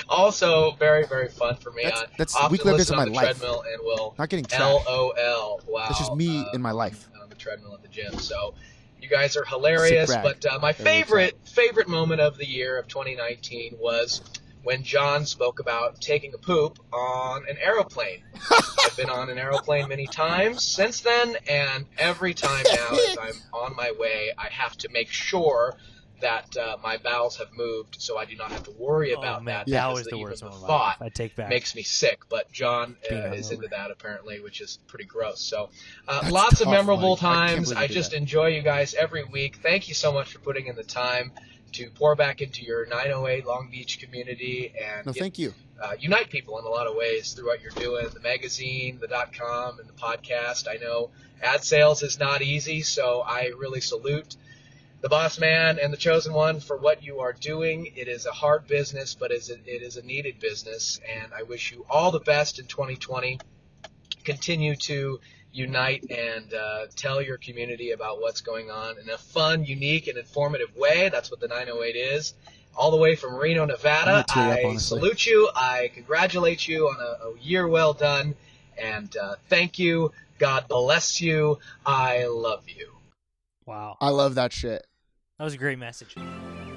also very very fun for me.
That's-
I
that's
often
weekly updates
listen
of
on
my
the
life.
treadmill and will
Not getting trashed.
LOL. Wow,
That's just me
uh,
in my life.
on the treadmill at the gym. So you guys are hilarious.
Sick brag.
But uh, my
Every
favorite favorite moment of the year of 2019 was when John spoke about taking a poop on an aeroplane. I've been on an aeroplane many times since then, and every time now, as I'm on my way, I have to make sure. That uh, my bowels have moved, so I do not have to worry about
oh,
that.
man, that
because
was the
even
worst one of my life.
thought
I take back.
makes me sick. But John uh,
Being
is
hungover.
into that apparently, which is pretty gross. So, uh,
That's
lots
tough,
of memorable
Mike. I can't
times.
believe
I,
you did
just
that.
enjoy you guys every week. Thank you so much for putting in the time to pour back into your 908 Long Beach community and
No,
get-
thank you.
uh, unite people in a lot of ways through what you're doing the magazine, the dot com, and the podcast. I know ad sales is not easy, so I really salute the boss man and the chosen one for what you are doing. It is a hard business, but is- it is a needed business, and I wish you all the best in 2020. Continue to unite and uh, tell your community about what's going on in a fun, unique, and informative way. That's what the 908 is. All the way from Reno, Nevada.
I'm gonna tear up,
I
honestly.
salute you. I congratulate you on a, a year well done. And uh, thank you. God bless you. I love you.
wow,
I love that shit.
that was a great message.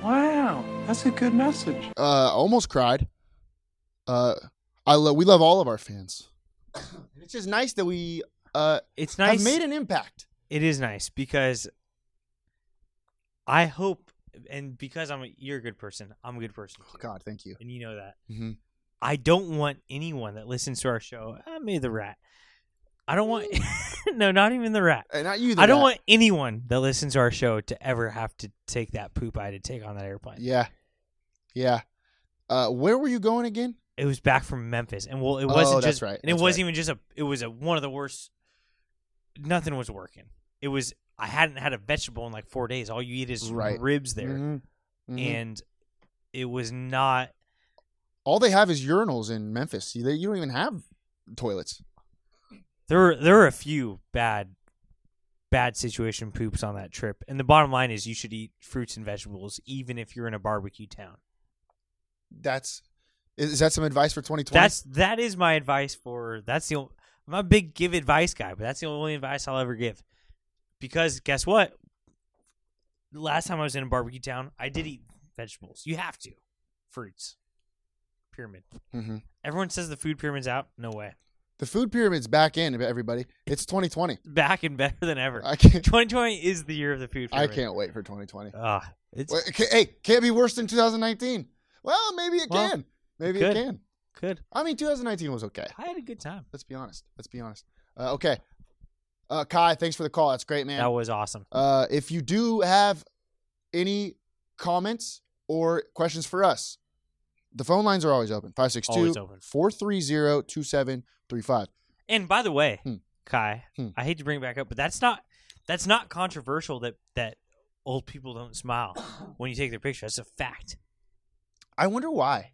Wow, that's a good message.
Uh, almost cried. Uh, I love. We love all of our fans. it's just nice that we uh
It's nice.
have made an impact.
it is nice because I hope, and because I'm a, you're a good person, I'm a good person. Too,
Oh, God, thank you.
and you know that.
Mhm.
I don't want anyone that listens to our show. I made the rat. I don't want. no, not even the rat.
And Uh, not you.
I don't
that.
want anyone that listens to our show to ever have to take that poop I had to take on that airplane.
Yeah, yeah. Uh, where were you going again?
It was back from Memphis, and well, it
Oh,
wasn't
that's
just
right,
and it
that's
wasn't
right.
even just a. It was a, one of the worst. Nothing was working. It was I hadn't had a vegetable in like four days. All you eat is
Right.
ribs there,
Mhm. Mhm.
and it was not.
all they have is urinals in Memphis. You, they, you don't even have toilets.
There were there were a few bad, bad situation poops on that trip, and the bottom line is you should eat fruits and vegetables even if you're in a barbecue town.
That's is, is that some advice for 2020?
That's that is my advice for that's the. Only, I'm not a big give advice guy, but that's the only advice I'll ever give. Because guess what? The Last time I was in a barbecue town, I did eat vegetables. You have to, fruits, pyramid.
Mhm.
Everyone says the food pyramid's out. No way.
the food pyramid's back in. Everybody, it's 2020.
Back and better than ever.
I can't.
2020 is the year of the food
I
pyramid.
can't wait for 2020.
Ah, it's
Wait, ca- hey, can't be worse than 2019. Well, maybe it
Well,
can. Maybe
could.
it can.
good.
I mean, 2019 was okay.
I had a good time.
Let's be honest. Let's be honest. Uh, okay. Uh, Kai, thanks for the call. That's great, man.
That was awesome.
Uh, if you do have any comments or questions for us, the phone lines are always open 562
Always open.
430 2735.
And by the way,
Hmm.
Kai,
Hmm.
I hate to bring it back up, but that's not that's not controversial that that old people don't smile when you take their picture. That's a fact.
I wonder why.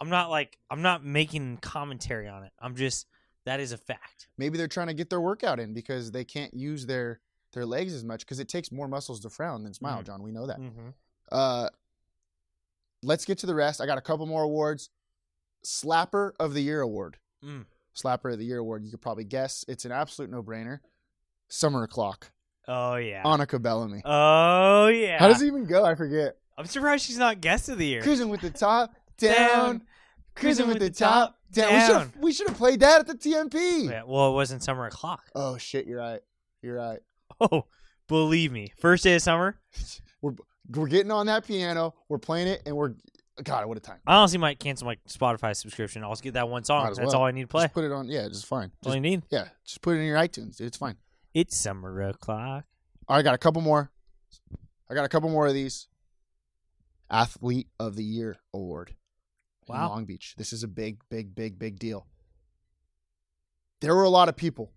I'm not like I'm not making commentary on it. I'm just that is a fact.
Maybe they're trying to get their workout in because they can't use their their legs as much because it takes more muscles to frown than smile,
Mhm.
John. We know that.
Mm-hmm.
Uh, let's get to the rest. I got a couple more awards. Slapper of the Year award.
Mm.
Slapper of the Year award. You could probably guess. It's an absolute no brainer. Summer O'Clock.
Oh yeah.
Annika Bellamy.
oh yeah.
How does it even go? I forget.
I'm surprised she's not guest of the year.
Cruising with the top down. Cruising with the top down. We
down.
should've- We should have played that at the TMP.
Yeah, well, it wasn't summer o'clock.
Oh shit, you're right. You're right.
Oh, believe me. First day of summer,
We're getting on that piano. We're playing it, and we're God, what a time.
I honestly might cancel my Spotify subscription. I'll just get that one song.
Might as
That's
well.
all I need to play.
Just put it on. Yeah, it's fine.
all
Just,
you need.
yeah, just put it in your iTunes. dude. It's fine.
It's summer o'clock.
All right, I got a couple more. I got a couple more of these. Athlete of the Year award
Wow.
in Long Beach. This is a big, big, big, big deal. There were a lot of people.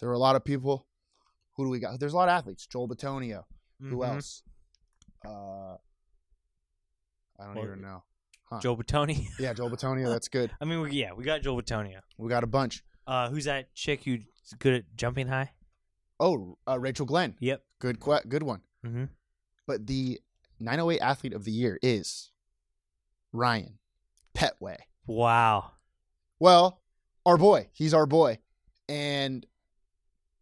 There were a lot of people. Who do we got? There's a lot of athletes. Joel Batonio. Who
Mhm.
else? Uh, I don't
Well,
even know.
Joe Batonio.
Yeah, Joel Batonio. That's good.
I mean, we, yeah, we got Joe Batonio.
We got a bunch.
Uh, who's that chick who's good at jumping high?
Oh, uh, Rachel Glenn.
Yep.
Good, que- good one.
Mm-hmm.
But the 908 athlete of the year is Ryan Petway.
Wow.
Well, our boy. He's our boy. And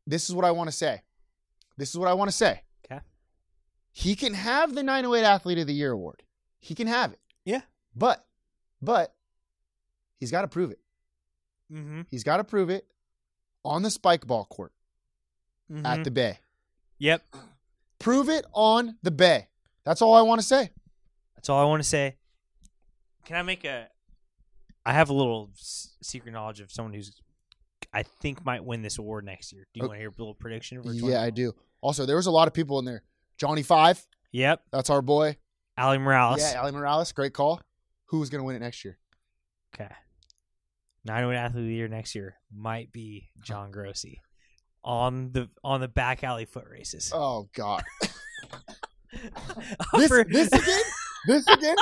this is what I want to say. This is what I want to say.
'Kay.
He can have the 908 Athlete of the Year award. He can have it.
Yeah.
But, but he's got to prove it.
Mm-hmm.
He's got to prove it on the spike ball court at the Bay.
Mm-hmm. yep.
Prove it on the Bay. That's all I want to say.
That's all I want to say. Can I make a? I have a little s- secret knowledge of someone who's, I think, might win this award next year. Do you
Oh.
want to hear a little prediction? For
Yeah, I
2021?
do. Also, there was a lot of people in there. Johnny Five,
Yep.
that's our boy.
Ali Morales.
Yeah, Ali Morales, great call. Who's going to win it next year?
Okay. 908 athlete of the year next year might be John Grossi on the on the back alley foot races.
Oh God! Oh, This,
Upper-
this again? This again?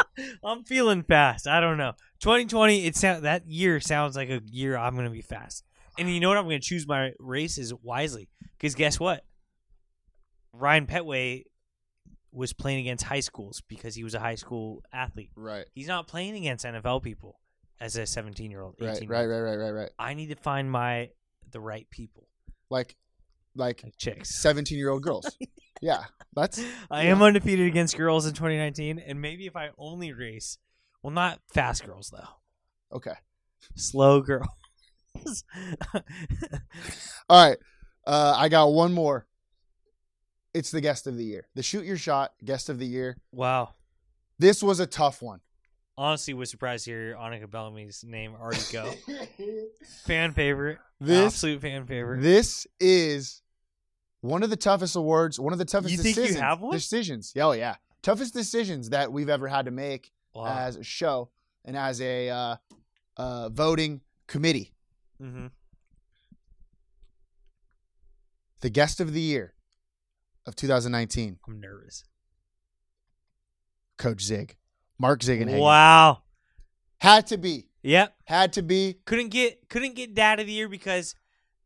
I'm feeling fast. I don't know. 2020 it sound, that year sounds like a year I'm going to be fast. And you know what? I'm going to choose my races wisely cuz guess what? Ryan Petway was playing against high schools because he was a high school athlete.
Right,
He's not playing against NFL people as a 17-year-old, 18
right, right, right, right, right, right.
I need to find my the right people,
Like, like
like chicks.
seventeen-year-old girls. yeah, that's
I am undefeated against girls in 2019, and maybe if I only race, well, not fast girls though,
okay.
slow girls.
All right, uh, I got one more. It's the guest of the year, the shoot your shot guest of the year.
wow,
This was a tough one.
honestly, was surprised to hear Annika Bellamy's name already go. fan favorite,
This-
absolute fan favorite.
This is one of the toughest awards, one of the toughest
You think you
decisions.
have one?
Decisions. Oh yeah, toughest decisions that we've ever had to make
wow.
as a show and as a uh, uh, voting committee.
Mhm.
The guest of the year of 2019,
I'm nervous.
Coach Zig, Mark Ziggenhagen.
Wow.
Had to be.
Yep.
Had to be.
Couldn't get couldn't get dad of the year because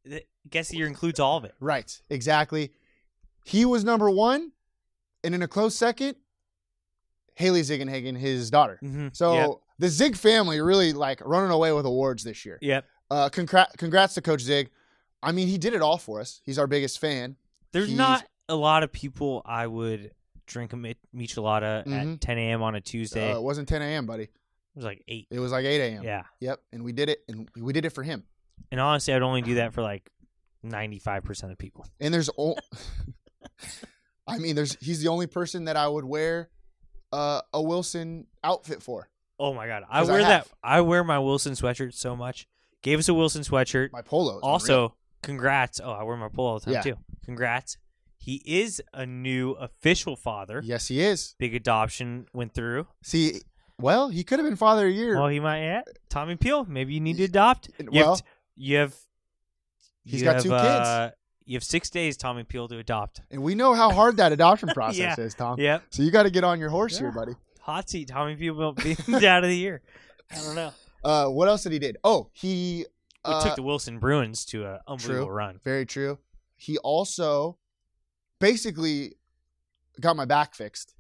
the guess the year includes all of it.
Right. Exactly. He was number one. And in a close second, Haley Ziggenhagen, his daughter.
Mm-hmm.
So
yep.
the Zig family really like running away with awards this year.
Yep.
Uh, congrats, congrats to Coach Zig. I mean, he did it all for us. He's our biggest fan.
There's
He's-
not a lot of people I would drink a mi- michelada
Mhm.
at 10 a.m. on a Tuesday.
Uh, it wasn't 10 a.m., buddy.
it was like eight.
It was like 8 a.m.
Yeah.
Yep. And we did it, and we did it for him.
And honestly, I'd only do that for like 95% of people.
And there's, o- I mean, there's. He's the only person that I would wear uh, a Wilson outfit for.
Oh my god, I
'Cause I
wear that.
have.
I wear my Wilson sweatshirt so much. Gave us a Wilson sweatshirt.
My polo. is
also, congrats. Oh, I wear my polo all the time
Yeah.
too. Congrats. He is a new official father.
unreal. Yes, he is.
Big adoption went through.
See, well, he could have been father of the year.
Well, he might. Yeah. Tommy Peel. Maybe you need to adopt. You
well-
have, t- you have.
He's
you
got
have,
two
uh, You have six days, Tommy Peel, to adopt.
and we know how hard that adoption process
Yeah.
is, Tom.
Yep.
So you got to get on your horse here,
Yeah.
buddy.
Hot seat. Tommy Peel being out of the year. I don't know.
Uh, what else did he did? Oh, he
We
uh,
took the Wilson Bruins to an unbelievable run.
Very true. He also basically got my back fixed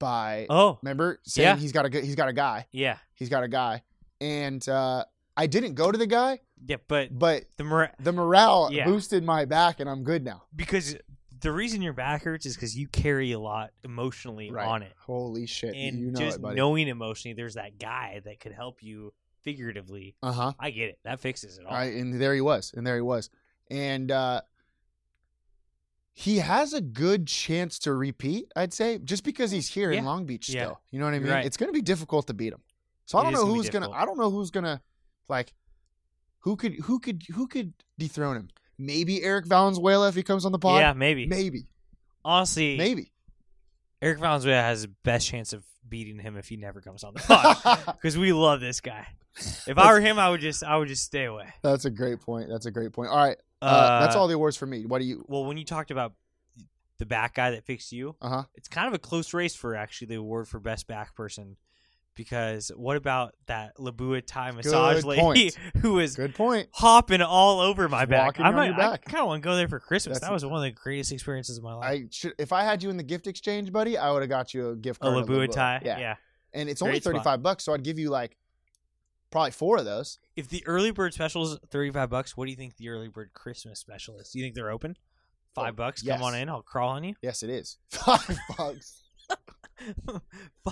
by
Oh,
remember saying
yeah.
he's got a good, he's got a guy
yeah.
he's got a guy and uh, I didn't go to the guy
Yeah, but
but
the mora-
the morale
Yeah.
boosted my back and I'm good now.
because the reason your back hurts is because you carry a lot emotionally
Right.
on it,
Holy shit!
and
you know
just
it, buddy.
knowing emotionally, there's that guy that could help you figuratively.
uh huh.
I get it. That fixes it all.
I, and there he was, and there he was, and uh, he has a good chance to repeat. I'd say just because he's here in
Yeah.
Long Beach
Yeah.
still, you know what I
You're
mean.
right.
It's going to be difficult to beat him. So I
It
don't
is
know
gonna be
who's gonna.
difficult.
I don't know who's gonna like who could who could who could dethrone him. Maybe Eric Valenzuela if he comes on the pod.
yeah, maybe.
maybe,
Honestly,
maybe.
Eric Valenzuela has the best chance of beating him if he never comes on the pod because we love this guy. If I were him, I would just I would just stay away.
That's a great point. That's a great point. All right, uh,
Uh,
that's all the awards for me. What do you?
Well, when you talked about the back guy that fixed you,
Uh huh.
it's kind of a close race for actually the award for best back person because what about that Labua Thai massage lady
point.
who was
Good point.
hopping all over my
Just
back?
walking
I
on
might,
your
I
back.
kind of want to go there for Christmas.
That's-
that was one of the greatest experiences of my life.
I should if I had you in the gift exchange, buddy, I would have got you a gift
A
card. of
Labua Thai,
Yeah.
yeah.
and it's only
Great spot.
thirty five bucks, so I'd give you like probably four of those.
If the early bird special is thirty five bucks, what do you think the early bird Christmas special is? Do you think they're open? Five
Oh,
bucks.
yes.
Come on in. I'll crawl on you.
Yes, it is five bucks.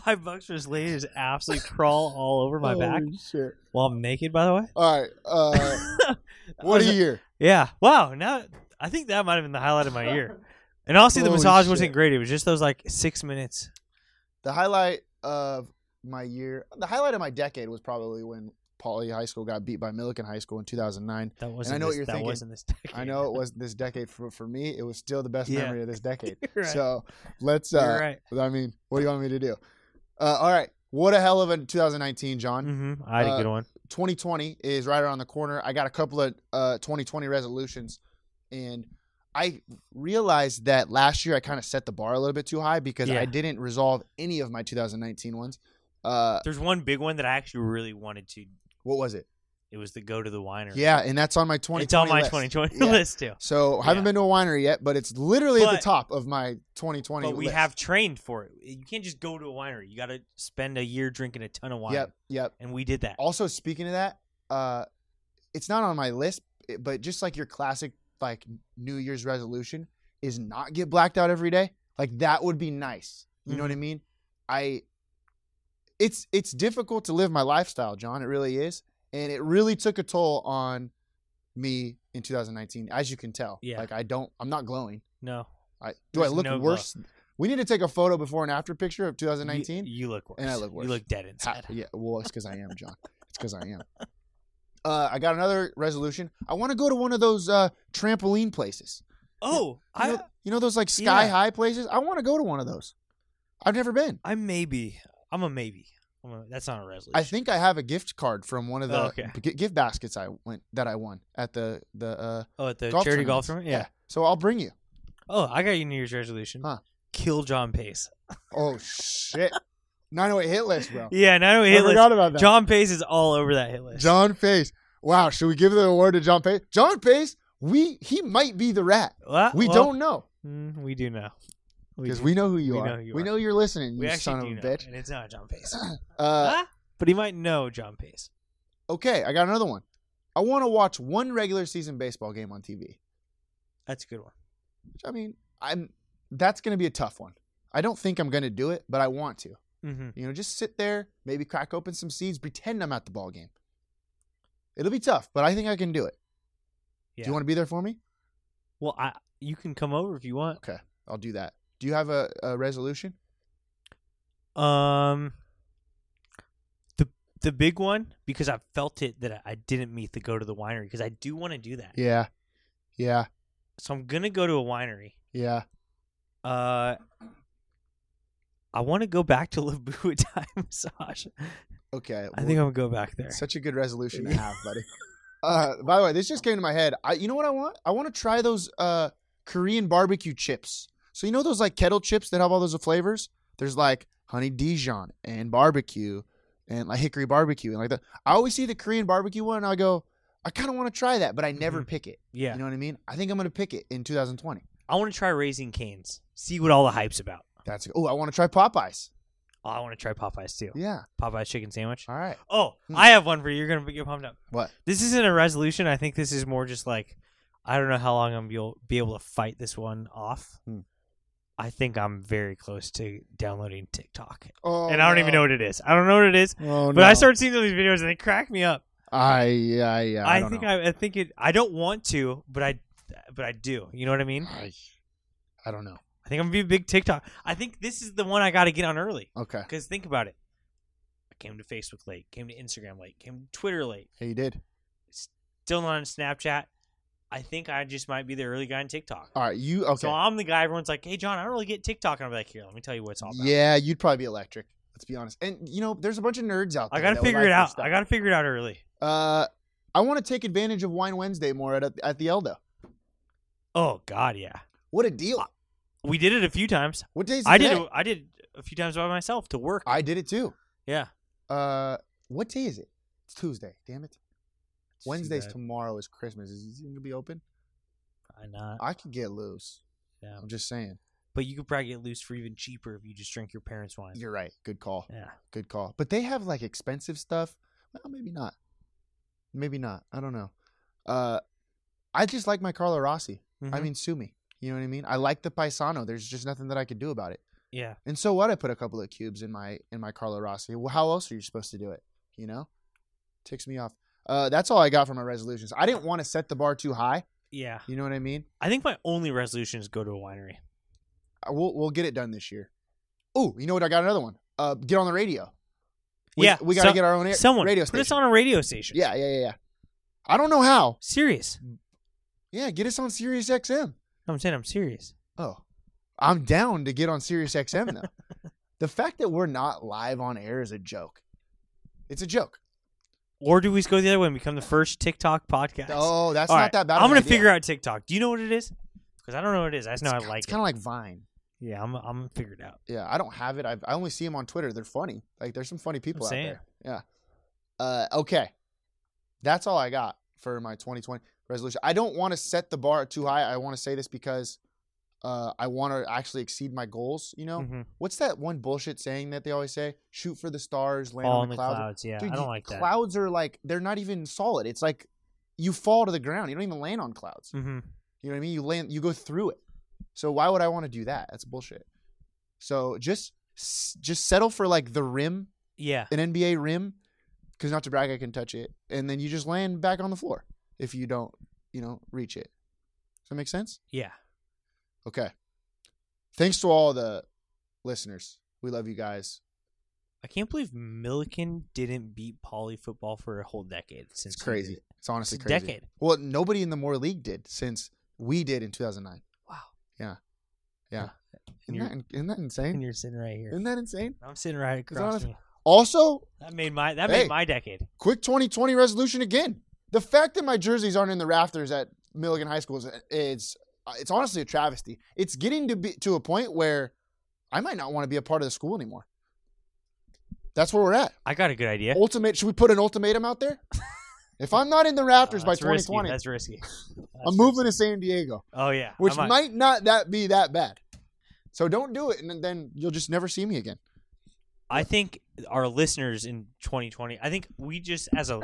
Five bucks for this lady to just absolutely crawl all over my back
Holy shit.
while I'm naked. By the way.
All right, uh, what a
you?
year!
Yeah. Wow. Now I think that might have been the highlight of my year. And honestly, the
Holy
massage
shit.
wasn't great. It was just those like six minutes.
The highlight of my year, the highlight of my decade, was probably when Pauley High School got beat by Millikan High School in two thousand nine.
That wasn't.
I know what
this-
you're
that
thinking.
wasn't this decade.
I know it was this decade for for me. It was still the best
Yeah.
memory of this decade.
You're right.
So let's.
You're
Uh,
right.
I mean, what do you want me to do? Uh, all right, what a hell of a 2019, John.
Mm-hmm. I had
Uh,
a good one.
2020 is right around the corner. I got a couple of uh, 2020 resolutions, and I realized that last year I kind of set the bar a little bit too high because
Yeah.
I didn't resolve any of my 2019 ones. Uh,
There's one big one that I actually really wanted to.
what was it?
It was the go to the winery.
Yeah, and that's on my 2020.
it's on my
list.
2020
Yeah.
list too.
So I haven't
Yeah.
been to a winery yet, but it's literally at the
But-
top of my 2020.
But we
list.
have trained for it. You can't just go to a winery. You got to spend a year drinking a ton of wine.
Yep, yep.
And we did that.
Also, speaking of that, uh, it's not on my list, eh, but just like your classic like New Year's resolution is not get blacked out every day. Like that would be nice. You know what
Mm-hmm.
I mean? I it's it's difficult to live my lifestyle, John. It really is, and it really took a toll on me in 2019, as you can tell.
Yeah.
Like I don't, I'm not glowing.
no.
I do
There's
I look
no glow.
worse? We need to take a photo before and after picture of 2019.
You, you look worse.
And I look worse.
You look dead
Ha-
inside.
yeah, well, it's because I am, John. It's because I am. Uh, I got another resolution. I want to go to one of those uh, trampoline places.
Oh,
You,
I
know, you know those like sky
yeah.
high places. I want to go to one of those. I've never been.
I maybe. I'm a maybe. I'm a, that's not a resolution.
I think I have a gift card from one of the
Oh, okay.
g- gift baskets I went that I won at the the uh,
Oh, at the
golf
charity
tournaments.
golf tournament. Yeah.
So I'll bring you.
Oh, I got you New Year's resolution.
Huh.
Kill John Pace.
Oh shit. 908 hit list, bro.
Yeah, now we
I
hit
forgot
list.
about that.
John Pace is all over that hit list.
John Pace. Wow, should we give the award to John Pace? John Pace, we he might be the rat.
Well,
We
Uh, well,
don't know
mm, we do know.
because
do.
we know who you
We
are.
know who you
we
are.
know you're listening,
we
you
actually
son of
do
a
know,
bitch.
and it's not John Pace.
Uh,
Huh? But he might know John Pace.
okay, I got another one. I want to watch one regular season baseball game on TV.
That's a good one.
Which, I mean, I'm that's going to be a tough one. I don't think I'm going to do it, but I want to.
Mm-hmm.
You know, just sit there, maybe crack open some seeds, pretend I'm at the ball game. It'll be tough, but I think I can do it. Do
Yeah.
you want to be there for me?
Well, I you can come over if you want.
Okay, I'll do that. Do you have a, a resolution?
Um, the the big one because I felt it that I, I didn't meet the go to the winery because I do want to do that.
Yeah, yeah,
So I'm gonna go to a winery.
yeah.
Uh, I want to go back to Labu at time massage.
Okay,
I think I'm gonna go back there.
such a good resolution to have, buddy. Uh, by the way, this just came to my head. I, you know what I want? I want to try those uh, Korean barbecue chips. So you know those like kettle chips that have all those flavors. There's like honey Dijon and barbecue, and like hickory barbecue and like that. I always see the Korean barbecue one, and I go, I kind of want to try that, but I never pick it.
Mm-hmm. Yeah,
You know what I mean? I think I'm gonna pick it in 2020.
I want to try raising canes. See what all the hype's about.
That's oh, I want to try Popeyes.
Oh, I want to try Popeyes too.
Yeah.
Popeyes chicken sandwich.
All right.
Oh,
Hmm.
I have one for you. You're gonna get pumped up.
What?
This isn't a resolution. I think this is more just like I don't know how long I'm you'll be able to fight this one off.
Hmm.
I think I'm very close to downloading TikTok,
Oh,
and I don't even know what it is. I don't know what it is,
Oh,
but I start seeing these videos and they crack me up.
I, I, I,
I, think I, I think it. I don't want to, but I, but I do. You know what I mean?
I, I don't know.
I think I'm gonna be a big TikTok. I think this is the one I got to get on early.
Okay.
Because think about it. I came to Facebook late, came to Instagram late, came to Twitter late,
Yeah, you did.
still not on Snapchat. I think I just might be the early guy on TikTok.
All right. You okay?
So I'm the guy everyone's like, hey, John, I don't really get TikTok. And I'm like, here, let me tell you what it's all about.
yeah, you'd probably be electric. Let's be honest. And you know, there's a bunch of nerds out there.
I got to
that would
figure
like
it
this
out.
stuff.
I got to figure it out early.
Uh, I want to take advantage of Wine Wednesday more at at the Eldo.
Oh, God, yeah.
What a deal!
We did it a few times.
What days?
I did
Today?
it, I did a few times by myself to work.
I did it too.
yeah.
Uh, what day is it? It's Tuesday. Damn it.
It's too
Wednesday's
bad.
tomorrow is Christmas. Is it gonna be open?
Probably not.
I could get loose.
Yeah.
I'm just saying.
But you could probably get loose for even cheaper if you just drink your parents' wine.
You're right. Good call.
yeah.
Good call. But they have like expensive stuff. Well, maybe not. Maybe not. I don't know. Uh, I just like my Carlo Rossi. I
Mhm.
mean, sue me. You know what I mean? I like the Paisano. There's just nothing that I could do about it.
Yeah.
And so what? I put a couple of cubes in my in my Carlo Rossi. Well, how else are you supposed to do it? You know, ticks me off. Uh, that's all I got for my resolutions. I didn't want to set the bar too high.
Yeah.
You know what I mean?
I think my only resolution is go to a winery.
I- Uh, We'll we'll get it done this year. Oh, you know what? I got another one. Uh, get on the radio. We,
yeah.
we gotta
so-
get our own air,
someone
radio
put
station.
us on a radio station.
Yeah, Mm. yeah, yeah, yeah. I don't know how.
Serious.
Yeah, get us on Sirius XM.
I'm saying I'm serious.
Oh, I'm down to get on Sirius XM though. the fact that we're not live on air is a joke. It's a joke.
Or do we just go the other way and become the first TikTok podcast?
Oh, that's
All
not
right,
that bad.
I'm gonna figure out TikTok. Do you know what it is? Because I don't know what it is. I just know I like
It's kind of like Vine.
it. Yeah, I'm I'm gonna figure it out.
Yeah, I don't have it. I've, I only see them on Twitter. They're funny. Like there's some funny people out
saying.
there. Yeah. Uh, okay, that's all I got for my 2020 resolution. I don't want to set the bar too high. I want to say this because uh, I want to actually exceed my goals. You know,
Mhm.
what's that one bullshit saying that they always say? Shoot for the stars, land
Fall
on the clouds.
Yeah,
Dude,
I don't
you-
like that.
Clouds are like they're not even solid. It's like you fall to the ground. You don't even land on clouds.
hmm
You know what I mean? You land, you go through it. So why would I want to do that? That's bullshit. So just s- just settle for like the rim,
Yeah.
an NBA rim, because not to brag, I can touch it, and then you just land back on the floor if you don't, you know, reach it. Does that make sense?
Yeah.
Okay. Thanks to all the listeners. We love you guys.
I can't believe Milliken didn't beat Poly football for a whole decade. Since
It's
he
crazy.
did it.
It's honestly
It's a
crazy.
decade.
Well, nobody in the More League did since we did in 2009.
Wow.
Yeah. Yeah. Isn't,
you're-
that, in- isn't that
And
insane?
you're sitting right here.
Isn't that insane?
I'm sitting right across.
honest-
From you.
Also,
That made my that
Hey.
made my decade.
quick 2020 resolution again. The fact that my jerseys aren't in the rafters at Milligan High School is it's uh, it's honestly a travesty. It's getting to be to a point where I might not want to be a part of the school anymore. That's where we're at.
I got a good idea.
Ultimate. Should we put an ultimatum out there? if I'm not in the Raptors
Oh,
by
that's risky.
2020,
That's risky.
I'm moving to San Diego,
Oh yeah. I
which
might-
might not that be that bad. So don't do it, and then you'll just never see me again.
I think our listeners in 2020. I think we just as a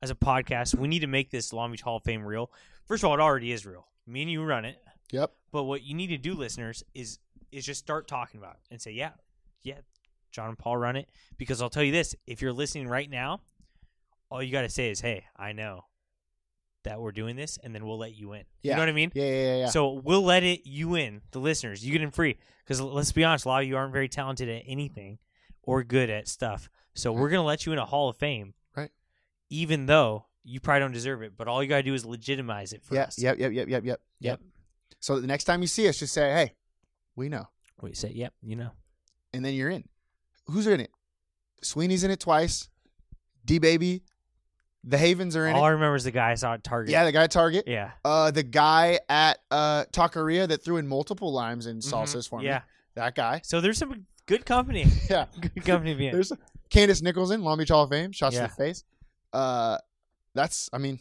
as a podcast, we need to make this Long Beach Hall of Fame real. First of all, it already is real. Me and you run it.
Yep.
But what you need to do, listeners, is is just start talking about it and say, yeah, yeah, John and Paul run it. Because I'll tell you this: if you're listening right now, all you got to say is, hey, I know that we're doing this, and then we'll let you in.
Yeah.
You know what I mean?
Yeah, yeah, yeah. yeah.
So we'll let it you in, the listeners. You get in free because let's be honest, a lot of you aren't very talented at anything or good at stuff. So we're gonna let you in a Hall of Fame,
Mm-hmm. Right.
Even though you probably don't deserve it, but all you gotta do is legitimize it for
yeah,
us.
yep, yep, yep, yep, yep,
Yep.
So the next time you see us, just say, "Hey, we know,"
We say, yep, you know.
and then you're in. Who's in it? Sweeney's in it twice. D baby, the Havens are in
All
it.
I remember is the guy I saw at Target.
Yeah, the guy at Target.
yeah,
Uh, the guy at uh Taqueria that threw in multiple limes and salsas for me.
yeah.
that guy.
So there's some good company.
Yeah.
good company being.
There's Candace Nicholson, Long Beach Hall of Fame, shots
Yeah.
to the face. Uh, that's. I mean,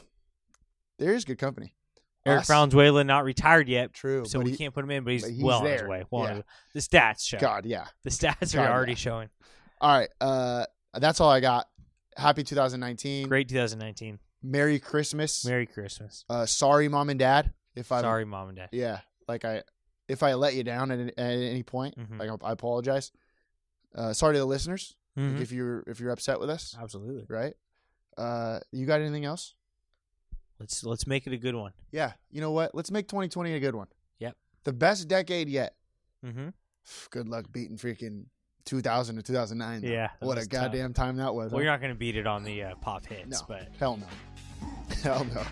there is good company.
Eric
Us?
Valenzuela not retired yet,
True,
so
but
we
he-
can't put him in, but he's,
but he's
well on his
there.
way. Well on
Yeah.
his way. the stats show.
God, yeah.
The stats
God,
are already
yeah.
showing.
All right. Uh, that's all I got. Happy 2019.
Great 2019.
Merry Christmas.
Merry Christmas.
uh, sorry, mom and dad. If I
Sorry, mom and dad.
yeah, like I, if I let you down at, at any point,
Mhm.
like I, I apologize. Uh, sorry to the listeners
Mhm.
like if you're if you're upset with us,
Absolutely.
right? Uh, you got anything else?
Let's let's make it a good one.
Yeah. You know what? Let's make 2020 a good one.
Yep.
The best decade yet.
Mm-hmm.
Good luck beating freaking 2000 to 2009. though.
Yeah, that
What a
was tough.
goddamn time that was.
Well,
huh?
you're not going to beat it on the uh, pop hits, but
hell no. hell no.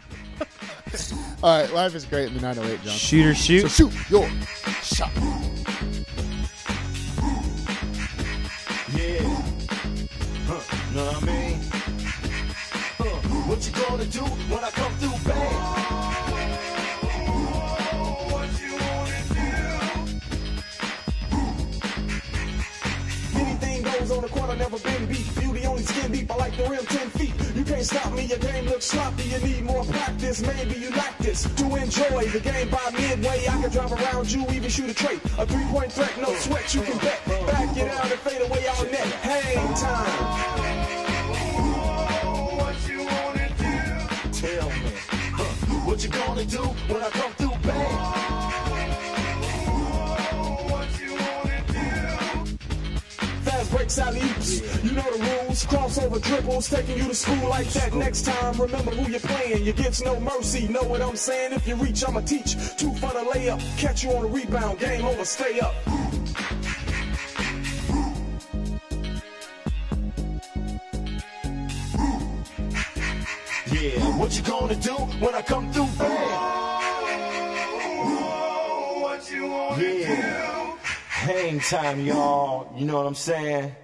All right, life is great in the 908, John.
shoot or shoot.
So shoot your shot.
Yeah. Huh. Know what I mean? Huh. What you gonna do when I come through bad? Anything goes on the court, I never been beat. Beauty only skin deep, I like the rim 10 feet. You can't stop me, your game looks sloppy. You need more practice, maybe you like this. To enjoy the game by midway, I can drive around you, even shoot a trait. A three point threat, no sweat, you can bet. Back it out and fade away all net. Hang time. Tell me, huh, what you gonna do when I come through bad? Fast breaks out leaps. You know the rules. Crossover dribbles, taking you to school like that. Next time, remember who you're playing. You get no mercy. Know what I'm saying? If you reach, I'ma teach. Two for the layup. Catch you on a rebound. Game over. Stay up. Yeah, what you gonna do when I come through? what you wanna do? Hang time, y'all. You know what I'm saying?